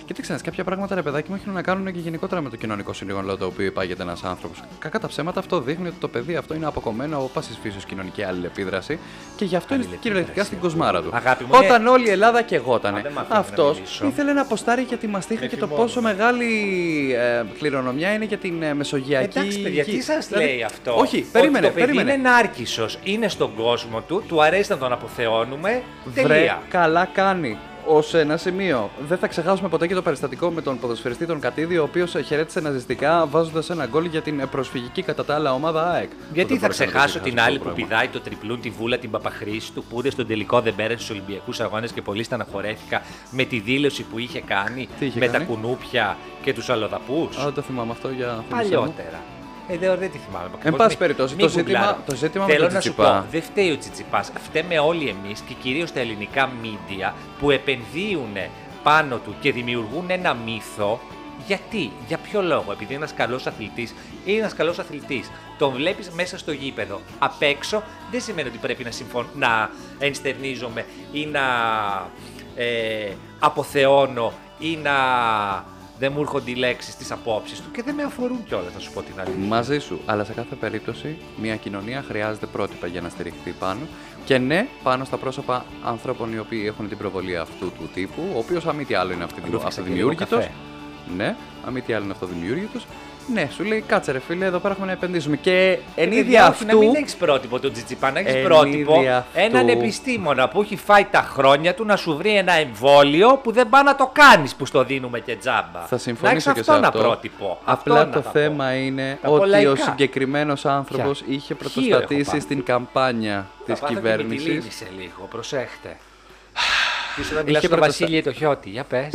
Κοίταξε, να δεις, κάποια πράγματα ρε παιδάκι μου έχουν να κάνουν και γενικότερα με το κοινωνικό συνήγορο το οποίο υπάγεται ένας άνθρωπος. Κακά τα ψέματα, αυτό δείχνει ότι το παιδί αυτό είναι αποκομμένο από πάσης φύσεω κοινωνική αλληλεπίδραση και γι' αυτό είναι
Αλληλεπίδραση,
κυριολεκτικά στην
εγώ.
κοσμάρα του.
Αγάπη μου,
Όταν
ναι.
όλη η Ελλάδα και
Α, δεν μ' αφήνει να
αυτός
μιλήσω.
ήθελε να αποστάρει για τη μαστίχα
Με
και το
θυμώνω.
πόσο μεγάλη ε, κληρονομιά είναι για την ε, μεσογειακή.
Εντάξει, παιδιά, τι
γη.
σας
Δηλαδή,
λέει αυτό.
Όχι,
Ότι
περίμενε,
το παιδί
περίμενε.
είναι νάρκισος, είναι στον κόσμο του, του αρέσει να τον αποθεώνουμε.
Βρε,
Τελεία.
καλά κάνει. Ως ένα σημείο. Δεν θα ξεχάσουμε ποτέ και το περιστατικό με τον ποδοσφαιριστή τον Κατίδη, ο οποίος χαιρέτησε ναζιστικά βάζοντας ένα γκολ για την ε, προσφυγική κατά τα άλλα ομάδα ΑΕΚ.
Γιατί
Δεν
θα
μπορούσα να το
ξεχάσω την
αυτό
άλλη
το
που
πράγμα.
πηδάει το τριπλούν, τη βούλα, την παπαχρήση του, που ούτε στον τελικό δεν πέρασε στους Ολυμπιακούς Αγώνες και πολύ στεναχωρέθηκα με τη δήλωση που είχε κάνει
Τι είχε
με
κάνει?
τα κουνούπια και τους αλλοδαπού.
Α, δεν το θυμάμαι αυτό για θύμισε μου.
Παλιότερα. Ε, δε, δεν τη θυμάμαι. ακριβώς.
πάση
Μη-
περιπτώσει,
μη
το ζήτημα-
γουγκλάρω.
το ζήτημα με
Θέλω
τον
να σου
Τσιτσιπά.
πω, δεν φταίει ο Τσιτσιπάς. Φταίμε όλοι εμείς και κυρίως τα ελληνικά μίντια που επενδύουν πάνω του και δημιουργούν ένα μύθο. Γιατί, για ποιο λόγο, επειδή ένας καλός αθλητής είναι ένας καλός αθλητής, τον βλέπεις μέσα στο γήπεδο. Απ' έξω δεν σημαίνει ότι πρέπει να, συμφων... να ενστερνίζομαι ή να ε, αποθεώνω ή να δεν μου έρχονται οι λέξεις της απόψει του και δεν με αφορούν κιόλας, να σου πω την αλήθεια.
Μαζί σου. Αλλά σε κάθε περίπτωση, μια κοινωνία χρειάζεται πρότυπα για να στηριχθεί πάνω. Και ναι, πάνω στα πρόσωπα ανθρώπων οι οποίοι έχουν την προβολή αυτού του τύπου, ο οποίος αν μη τι άλλο είναι
Ρούφηξα και
αυτοδημιούργητο.
λίγο καφέ.
Ναι, αν μη τι άλλο είναι αυτοδημιούργητο. Ναι, σου λέει κάτσε ρε φίλε, εδώ πέρα έχουμε να επενδύσουμε. Και εν
Ε, Παιδιά,
είδη
όχι, Να
αυτού.
μην έχεις πρότυπο τον Τζιτζιπά, να έχεις
Εν
πρότυπο
είδη αυτού.
έναν επιστήμονα που έχει φάει τα χρόνια του να σου βρει ένα εμβόλιο που δεν πάει να το κάνεις που στο δίνουμε και τζάμπα.
Θα
να έχεις
συμφωνήσω και σε
αυτό ένα
αυτό.
πρότυπο. Αυτό
Απλά
να τα
το
πω.
θέμα είναι
Τα
ότι
πολλά
ο
λαϊκά.
συγκεκριμένος άνθρωπος
Ποια?
είχε
Χείο έχω
πρωτοστατήσει
πάθει.
στην καμπάνια
Θα
τη
πάθω και με τη
κυβέρνηση.
Λίνη σε λίγο, προσέχτε. Πίσω να μιλάς
Είχε
στον
προτεστα-
Βασίλη το Χιώτη, για πες,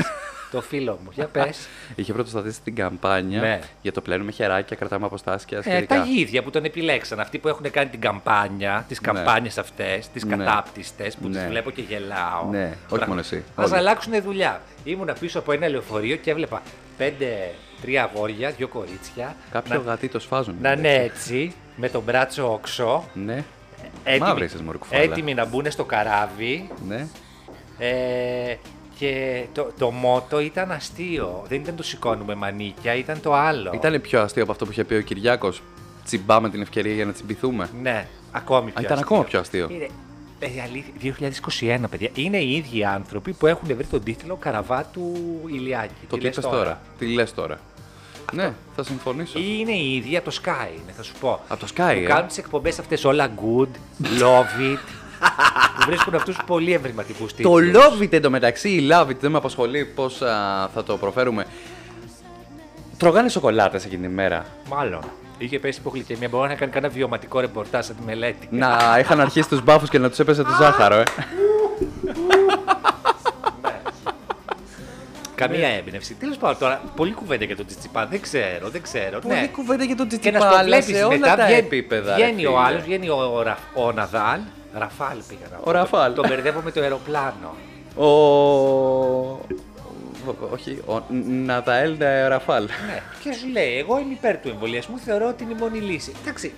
το φίλο μου, για πες.
Είχε πρωτοστατήσει την καμπάνια
Ναι.
για το πλένουμε χεράκια, κρατάμε αποστάσει και
Ε,
ασχετικά.
τα γίδια που τον επιλέξαν, αυτοί που έχουν κάνει την καμπάνια, τις
Ναι.
καμπάνιες αυτές, τις
Ναι.
κατάπτυστες, που
Ναι.
τι βλέπω και γελάω.
Ναι, όχι μόνο εσύ,
Ας
όλοι.
αλλάξουν δουλειά. Ήμουνα πίσω από ένα λεωφορείο και έβλεπα πέντε, τρία αγόρια, δύο κορίτσια.
Κάποιο
να,
γατί το σφάζουν.
να Ε, είναι έτσι, με τον μπράτσο όξο.
Ναι.
έτοιμοι-
Μαύρη είσαι, μωρή κουφάλα.
Έτοιμοι να μπουν στο καράβι.
Ναι.
Ε, και το, το μότο ήταν αστείο. Δεν ήταν το σηκώνουμε μανίκια, ήταν το άλλο.
Ήταν πιο αστείο από αυτό που είχε πει ο Κυριάκος. τσιμπάμε την ευκαιρία για να τσιμπηθούμε.
Ναι, ακόμη πιο
Α, ήταν
αστείο.
ακόμα πιο αστείο.
Είναι, ε, αλήθεια, 2021, παιδιά. Είναι οι ίδιοι άνθρωποι που έχουν βρει τον τίτλο Καραβάτου Ηλιάκη.
Το
Τι
τι
λες
είπες τώρα. Τι λες τώρα. Ναι, θα συμφωνήσω.
Ή είναι οι ίδιοι από το Sky, είναι, θα σου πω.
Από το Sky,
Που
ε.
κάνουν τις εκπομπές αυτές όλα good, love it. που βρίσκουν αυτούς πολύ ευρηματικούς
Το
τίτλους.
love it εντωμεταξύ, η love it δεν με απασχολεί πώς θα το προφέρουμε. Τρογάνε σοκολάτες εκείνη τη μέρα.
Μάλλον. Είχε πέσει υπογλυκαιμία. Μπορεί να κάνει κανένα βιωματικό ρεπορτάζ από τη μελέτη.
να είχαν αρχίσει τους μπάφους και να τους έπεσε το ζάχαρο, ε. ναι.
Καμία έμπνευση. Τέλος πάντων, τώρα πολύ κουβέντα για τον Τσιτσιπά. Δεν ξέρω, δεν ξέρω.
Πολύ
ναι.
κουβέντα για τον
Και να
Τσιτσιπά,
στο
αλλά
βλέπεις
σε όλα
μετά
τα
βγαίνει,
επίπεδα. ρε
βγαίνει ο
φίλε.
άλλος, βγαίνει ο, Ρα, ο Ναδάλ. Ραφάλ πήγα να πω.
Ο Ραφάλ.
Τον μπερδεύω με το αεροπλάνο.
Ο. Όχι, ο Ναταέλ Ραφάλ.
ναι. Και σου λέει, εγώ είμαι υπέρ του εμβολιασμού, θεωρώ ότι είναι η μόνη λύση. Εντάξει,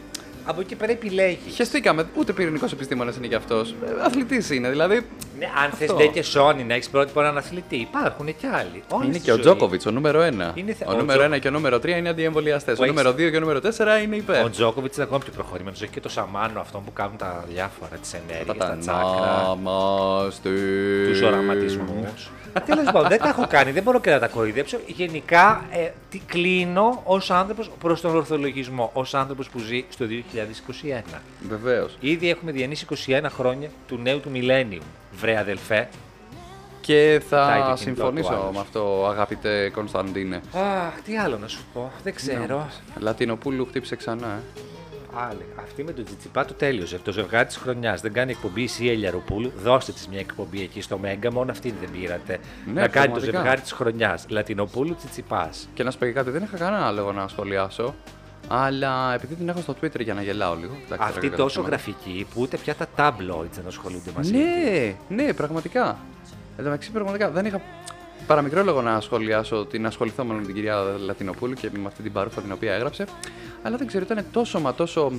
από εκεί πέρα επιλέγει.
Χεστήκαμε, ούτε πυρηνικός επιστήμονας είναι κι αυτό. Αθλητής είναι, δηλαδή.
Ναι, αν θες
Αυτό.
ντε και Sony να έχεις πρότυπο έναν αθλητή, υπάρχουν και άλλοι. Όλη
Είναι
στη
και ο
ζωή.
Τζόκοβιτ, ο νούμερο 1.
Είναι θε-
Ο
ο
νούμερο
Τζο-
1 και ο νούμερο 3 είναι αντιεμβολιαστές.
Που
Ο
έχεις-
νούμερο 2 και ο νούμερο 4 είναι υπέρ.
Ο Τζόκοβιτ είναι ακόμη πιο προχωρημένος. Έχει και το σαμάνο αυτό που κάνουν τα διάφορα, τις ενέργειες, τα,
Τα
τσάκρα,
νάμαστε.
του οραματισμού. Τέλος πάντων, δεν τα έχω κάνει, δεν μπορώ και να τα κοροϊδέψω. Γενικά, ε, τι κλείνω ως άνθρωπος προς τον ορθολογισμό, ως άνθρωπος που ζει στο 2021.
Βεβαίως.
Ήδη έχουμε διανύσει 21 χρόνια του νέου του Millennium. Βρε αδελφέ. Κοιτάει
Και
το
θα
κινητό του
συμφωνήσω
άλλος.
με αυτό, αγαπητέ Κωνσταντίνε.
Αχ, τι άλλο να σου πω, δεν ξέρω.
Λατινοπούλου χτύπησε ξανά. ε.
Άλλη. Αυτή με τον Τζιτσιπά το τέλειωσε. Το ζευγάρι της χρονιάς δεν κάνει εκπομπή η Σία Ηλιαροπούλου. Δώστε της μια εκπομπή εκεί στο Μέγκα, μόνο αυτήν δεν πήρατε.
Ναι,
να κάνει το
πραγματικά.
ζευγάρι της χρονιάς. Λατινοπούλου Τζιτσιπάς.
Και να σου πω και κάτι, δεν είχα κανένα λόγο να σχολιάσω. Αλλά επειδή την έχω στο Twitter για να γελάω λίγο. εντάξει,
Αυτή
τώρα
τόσο
καταλαβαίνω.
γραφική που ούτε πια τα tabloids δεν ασχολούνται μαζί. της.
Ναι, ναι, πραγματικά. Εν τω μεταξύ, πραγματικά δεν είχα παραμικρό λόγο να σχολιάσω την ασχοληθώ μάλλον με την κυρία Λατινοπούλου και με αυτή την παρούφα την οποία έγραψε. Αλλά δεν ξέρω, ήταν τόσο μα τόσο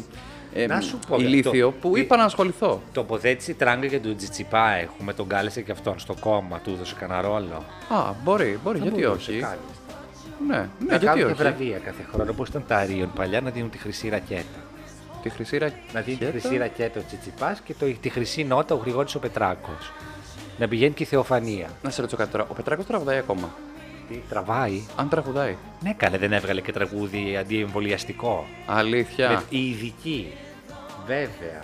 ε,
Να σου πω,
ηλίθιο
αυτό.
που
Ε,
είπα να ασχοληθώ.
Τοποθέτηση τράγκα για τον Τζιτσιπά έχουμε. Τον κάλεσε και αυτόν στο κόμμα του, έδωσε κανένα ρόλο.
Α, μπορεί, μπορεί,
Θα
γιατί
μπορούσε
όχι.
κάλλιστα.
Ναι, ναι,
Να
γιατί
κάνουν και
όχι.
βραβεία κάθε χρόνο, όπως ήταν τα Αρίων παλιά, να δίνουν τη χρυσή ρακέτα.
Τη χρυσή ρα...
Να δίνει τη
χέτα.
χρυσή ρακέτα ο Τσιτσιπά και το, τη χρυσή νότα ο Γρηγόρης ο Πετράκος. Να πηγαίνει και η Θεοφανία.
Να σε ρωτήσω κάτι τώρα. Ο Πετράκος τραγουδάει ακόμα.
Τι, τραβάει.
Αν τραγουδάει.
Ναι, καλέ, δεν έβγαλε και τραγούδι αντιεμβολιαστικό.
Αλήθεια.
Με- Η ειδική. Βέβαια.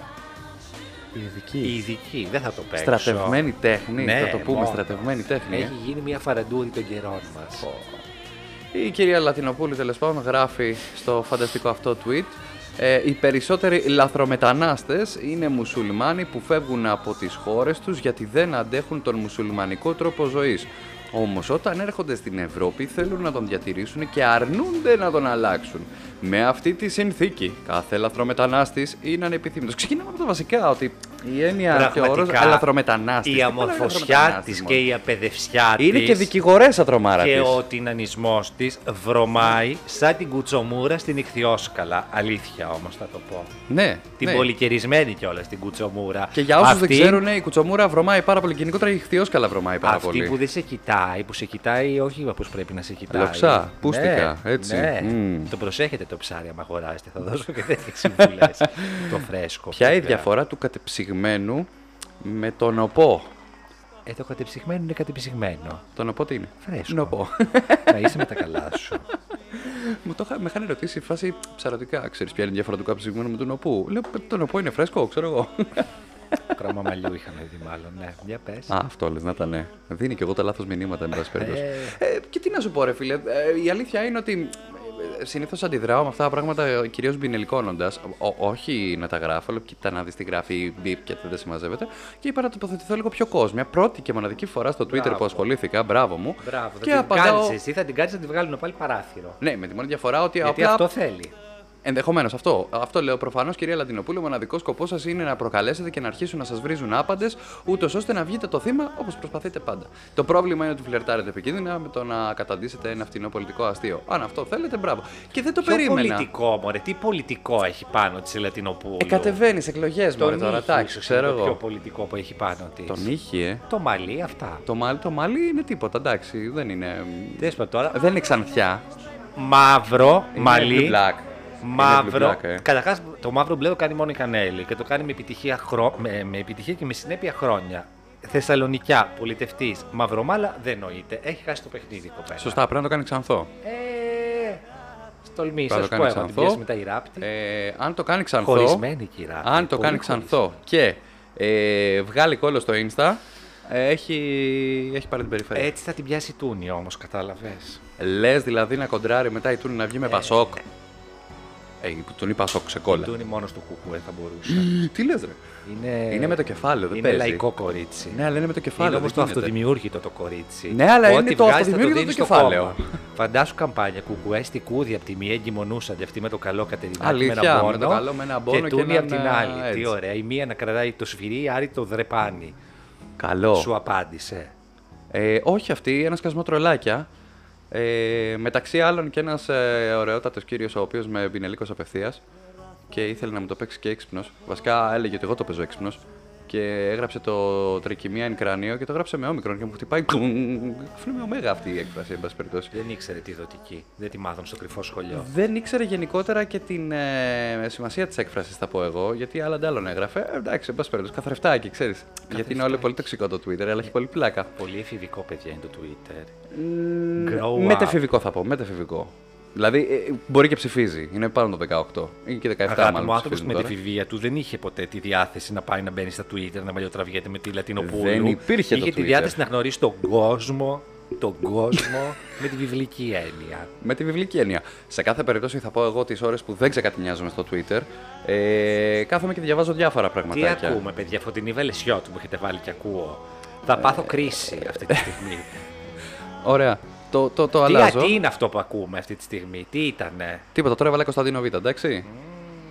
Η ειδική. Δεν θα το παίξω.
Στρατευμένη τέχνη.
Ναι,
θα το πούμε,
μόνο.
στρατευμένη τέχνη. ε.
Έχει γίνει μια φαραντούρη των καιρών μας.
Η κυρία Λατινοπούλου τέλος πάντων γράφει στο φανταστικό αυτό tweet ε, οι περισσότεροι λαθρομετανάστες είναι μουσουλμάνοι που φεύγουν από τις χώρες τους γιατί δεν αντέχουν τον μουσουλμανικό τρόπο ζωής. Όμως όταν έρχονται στην Ευρώπη θέλουν να τον διατηρήσουν και αρνούνται να τον αλλάξουν. Με αυτή τη συνθήκη κάθε λαθρομετανάστης είναι ανεπιθύμητος. Ξεκινάμε από τα βασικά ότι η έννοια και ο όρος λαθρομετανάστης.
η
τι πάλι
αμορφωσιά
λαθρομετανάστης
τη
μόνο.
και η απεδευσιά τη.
Είναι και δικηγορέσα τρομάρα
και
της.
ο τυνανισμός της βρωμάει σαν την κουτσομούρα στην ηχθιόσκαλα. Αλήθεια όμως θα το πω.
Ναι,
Την
ναι.
πολυκερισμένη κιόλας την κουτσομούρα.
Και για όσους
Αυτή-
δεν ξέρουν, η κουτσομούρα βρωμάει πάρα πολύ. Γενικότερα η χθιόσκαλα βρωμάει πάρα
αυτή
πολύ.
που δεν σε κοιτάει, που σε κοιτάει όχι όπω πρέπει να σε κοιτάει.
Λοξά,
Ναι,
πούστικα, έτσι. Mm.
Ναι.
Μμμ.
Το προσέχετε το ψάρι άμα αγοράσετε. Θα δώσω και τέτοιε συμβουλές. το φρέσκο.
Ποια είναι η
φυσικά.
διαφορά του κατεψυγμένου με τον οπό.
Ε, το κατεψυγμένο είναι κατεψυγμένο.
Τον οπό τι είναι.
Φρέσκο.
Νοπό.
Να είσαι με τα καλά σου.
μου το είχα- με είχαν ερωτήσει φάση ψαρωτικά. Ξέρεις ποια είναι η διαφορά του κατεψυγμένου με τον οπού. Λέω «Ε, τον οπό είναι φρέσκο, ξέρω εγώ.
Χρώμα μαλλιού είχαμε δει μάλλον. Ναι, μια πες.
Α, αυτό λες, να ήταν. ναι. Δίνει και εγώ τα λάθος μηνύματα, εν πάση περιπτώσει.
Ε.
Ε, και τι να σου πω, ρε φίλε. ε, η αλήθεια είναι ότι συνήθως αντιδράω με αυτά τα πράγματα ε, κυρίως μπινελικώνοντας. Όχι να τα γράφω, αλλά κοίτα να δεις τι γράφει η μπίπ και δεν συμμαζεύεται. Και είπα να τοποθετηθώ λίγο πιο κόσμια. Πρώτη και μοναδική φορά στο Twitter
Μπράβο.
που ασχολήθηκα, μπράβο μου.
Μπράβο, θα
και
την
απαντάω.
κάνεις εσύ, θα την κάνεις να τη βγάλουν πάλι παράθυρο.
Ναι, με τη μόνη διαφορά ότι
Γιατί
απλά
αυτό θέλει.
Ενδεχομένως αυτό. Αυτό λέω προφανώς, κυρία Λατινοπούλου. Ο μοναδικός σκοπός σας είναι να προκαλέσετε και να αρχίσουν να σας βρίζουν άπαντες, ούτως ώστε να βγείτε το θύμα όπως προσπαθείτε πάντα. Το πρόβλημα είναι ότι φλερτάρετε επικίνδυνα με το να καταντήσετε ένα φτηνό πολιτικό αστείο. Αν αυτό θέλετε, μπράβο. Και δεν το
Ποιο
περίμενα.
πολιτικό, μωρέ, τι πολιτικό έχει πάνω της η Λατινοπούλου.
Ε, κατεβαίνεις εκλογές
Τον
μου τώρα,
ήχη,
τάξη,
ίσως,
ξέρω
είναι Το πιο
εγώ.
πολιτικό που έχει πάνω της.
Τον ήχη, ε.
Το μαλλί, αυτά.
Το μάλι, το μάλι είναι τίποτα, εντάξει, δεν είναι.
Τέλος πάντων τώρα,
Δεν είναι ξανθιά.
μαύρο μαλλί,
black. blue
Μαύρο.
black, ε.
Καταρχάς, το μαύρο μπλε το κάνει μόνο η Κανέλη και το κάνει με επιτυχία, χρο... με, με επιτυχία και με συνέπεια χρόνια. Θεσσαλονικιά, πολιτευτής, μαυρομάλα δεν νοείται. Έχει χάσει το παιχνίδι η κοπέλα.
Σωστά, πρέπει να το κάνει ξανθό.
Ε, τολμήσει,
Θα το
α
κάνει
πούμε, να την
ξανθό.
πιάσει μετά η ράπτη.
Ε, αν το κάνει ξανθό.
Χωρισμένη και η ράπτη.
Αν το
πολύ
κάνει
χωρισμένη.
ξανθό και ε, βγάλει κόλλο στο Insta, ε, έχει, έχει πάρει την περιφέρεια.
Έτσι θα την πιάσει η Τούνη όμως, κατάλαβες.
Λες δηλαδή να κοντράρει μετά η Τούνη να βγει με Πασόκ. Ε, ναι. η Τούνη Πασόκ σε
Η
κόλλα.
Τούνη μόνος του κουκού δεν θα μπορούσε.
Τι λες, ρε.
Είναι,
Είναι με το κεφάλαιο, δεν
Είναι
παίζει.
λαϊκό κορίτσι.
Ναι, αλλά είναι με το κεφάλαιο.
είναι όμως
δεν
το
γίνεται.
αυτοδημιούργητο το κορίτσι.
Ναι, αλλά
Ό,τι
είναι το
βγάζει θα
αυτοδημιούργητο
δίνεις
το
στο
κεφάλαιο.
κόμμα. Φαντάσου καμπάνια. Κουκουέ στη κούδη από τη μία εγκυμονούσαν και αυτή με το καλό Κατερινάκι με
Αλήθεια,
ένα
με
πόνο.
το καλό με ένα πόνο και
και τούνη
έναν,
από την
α,
άλλη. Τι
έτσι.
ωραία. Η μία να κρατάει το σφυρί, η άλλη το δρεπάνι. Σου
Καλό.
απάντησε.
Ε, όχι αυτή, ένα σκασμό τρολάκια. Ε, μεταξύ άλλων και ένας ε, ωραιότατος κύριος ο οποίος με πινελίκο απευθείας και ήθελε να μου το παίξει και έξυπνος. Βασικά έλεγε ότι εγώ το παίζω έξυπνος. Και έγραψε το τρικυμία εν κρανίο και το γράψε με όμικρον και μου χτυπάει. Αφού με ωμέγα αυτή η έκφραση, εν πάση περιπτώσει.
Δεν ήξερε τη δοτική. Δεν τη μάθαμε στο κρυφό σχολείο.
Δεν ήξερε γενικότερα και την ε, σημασία της έκφρασης, θα πω εγώ, γιατί άλλα αντάλλων έγραφε. Ε, εντάξει, εν πάση περιπτώσει, καθρεφτάκι, ξέρεις. Γιατί είναι όλο πολύ τοξικό το Twitter, αλλά έχει πολύ πλάκα.
Πολύ εφηβικό παιδιά είναι το Twitter. Grow up.
Μετεφηβικό θα πω, μετεφηβικό. Δηλαδή ε, μπορεί και ψηφίζει. Είναι πάνω το 18. Είναι και 17
Αγάπη μου,
μάλλον.
ο άνθρωπος
ψηφίζουν
με
τώρα.
τη φιβία του δεν είχε ποτέ τη διάθεση να πάει να μπαίνει στα Twitter, να μαλλιοτραβιέται με τη Λατινοπούλου.
Δεν υπήρχε το
Είχε τη
Twitter.
διάθεση να γνωρίσει τον κόσμο, τον κόσμο με τη βιβλική έννοια.
Με τη βιβλική έννοια. Σε κάθε περίπτωση θα πω εγώ τις ώρες που δεν ξεκατηνιάζομαι στο Twitter. Ε, κάθομαι και διαβάζω διάφορα
Τι
πραγματάκια.
ακούμε, παιδιά, φωτεινή βελεσιότη μου έχετε βάλει και ακούω.
Ε,
Θα πάθω κρίση αυτή τη στιγμή.
Ωραία. Το, το, το
τι, α,
αλλάζω.
τι είναι αυτό που ακούμε αυτή τη στιγμή, τι ήτανε.
Τίποτα, τώρα έβαλα Κωνσταντίνο Β, εντάξει.
Ναι.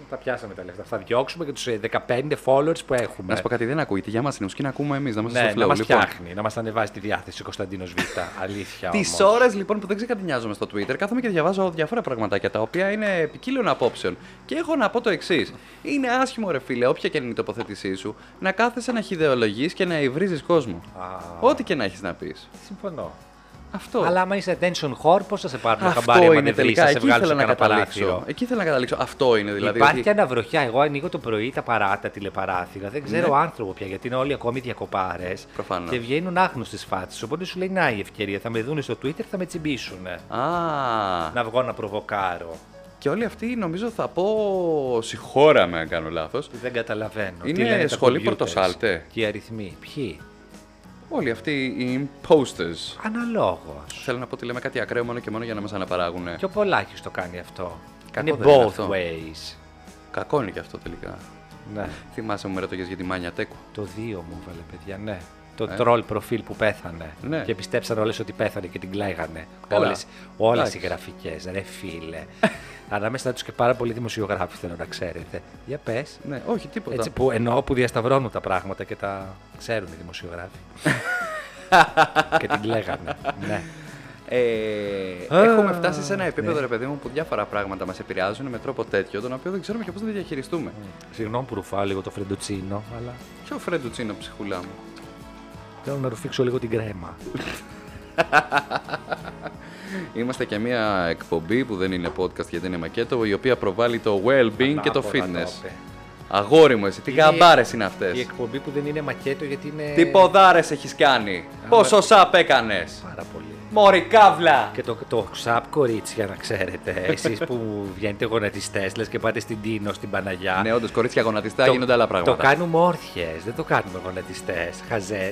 Τα πιάσαμε τα λεφτά. Θα διώξουμε και τους 15 followers που έχουμε.
Να σου πω κάτι, δεν ακούγεται. Για μα είναι μουσική να ακούμε εμείς, να είμαστε
ναι,
στο flow.
να μας
Λοιπόν,
φτιάχνει, να μας ανεβάζει τη διάθεση ο Κωνσταντίνος Β. Αλήθεια.
Τις
όμως.
ώρες λοιπόν που δεν ξεκατηνιάζομαι στο Twitter, κάθομαι και διαβάζω διάφορα πραγματάκια τα οποία είναι ποικίλων απόψεων. Και έχω να πω το εξής. Είναι άσχημο, ρε φίλε, όποια και είναι η τοποθέτησή σου, να κάθεσαι να χιδεολογείς και να υβρίζεις κόσμο.
Α.
Ό,τι και να έχεις να πεις.
Συμφωνώ.
Αυτό.
Αλλά άμα είσαι attention whore, πώς θα σε πάρουν το
Αυτό
χαμπάρι, άμα
είναι
δεν βρεις,
τελικά.
θα σε
Εκεί
βγάλουν
ήθελα
σε
να
κανένα
καταλήξω.
παράθυρο.
Εκεί ήθελα να καταλήξω. Αυτό είναι δηλαδή.
Υπάρχει
ότι-
αναβροχιά. Εγώ ανοίγω το πρωί τα παρά, τα τηλεπαράθυρα. Δεν ξέρω άνθρωπο πια γιατί είναι όλοι ακόμη διακοπάρες.
Προφανώς.
Και βγαίνουν άγνωστε φάτσε. Οπότε σου λέει Να η ευκαιρία. Θα με δουν στο Twitter, θα με τσιμπήσουν.
Α,
Να βγω να προβοκάρω.
και όλοι αυτοί νομίζω θα πω. Συγχώρα με αν κάνω λάθος.
Δεν καταλαβαίνω.
Είναι
Τι λένε τα
σχολή
computers
Πορτοσάλτε.
Και οι αριθμοί. Ποιοι.
Όλοι αυτοί οι imposters.
Αναλόγως.
Θέλω να πω ότι λέμε κάτι ακραίο μόνο και μόνο για να μας αναπαράγουν.
Και ο Πολάκης το κάνει αυτό.
Κακό
είναι
δεν είναι
both
αυτό.
ways.
Κακό είναι και αυτό τελικά.
Ναι.
Θυμάσαι μου με ρωτώγες για τη Μάνια Τέκου.
Το 2 μου έβαλε, παιδιά, ναι. Το τρολ προφίλ που πέθανε.
Ε. Ναι.
Και πιστέψαν όλες ότι πέθανε και την κλαίγανε.
Καλά.
Όλες, όλες οι
Εντάξει.
γραφικές, ρε φίλε. Ανάμεσα τους και πάρα πολλοί δημοσιογράφοι θέλω να ξέρετε. Για πες.
Ναι, όχι, τίποτα.
Έτσι που εννοώ που διασταυρώνουν τα πράγματα και τα ξέρουν οι δημοσιογράφοι. και την κλαίγανε. ναι.
Ε,
Α,
έχουμε φτάσει σε ένα επίπεδο, ρε παιδί μου, που διάφορα πράγματα μας επηρεάζουν με τρόπο τέτοιο, τον οποίο δεν ξέρουμε και πώς να διαχειριστούμε.
Συγγνώμη που ρουφάω λίγο το φρεντοτσίνο, αλλά
Ποιο φρέντου τσίνο, ψυχούλα μου.
θέλω να ρουφήξω λίγο την κρέμα.
Είμαστε και μια εκπομπή που δεν είναι podcast γιατί είναι μακέτο, η οποία προβάλλει το well-being και το
Ανάποδα
fitness.
το είπε.
Αγόρι μου, εσύ, τι
Είναι-
γαμπάρες είναι αυτές.
Η εκπομπή που δεν είναι μακέτο γιατί είναι.
Τι ποδάρες έχεις κάνει. Πόσο σαπ έκανες.
Πάρα πολύ.
Μωρικάβλα.
Και το, το ξαπ κορίτσια να ξέρετε. Εσείς που βγαίνετε γονατιστές, λες και πάτε στην Τίνο, στην Παναγιά.
Ναι, όντως, κορίτσια γονατιστά
το,
γίνονται άλλα
Το
πράγματα.
κάνουμε όρθιες, δεν το κάνουμε γονατιστές. Χαζές.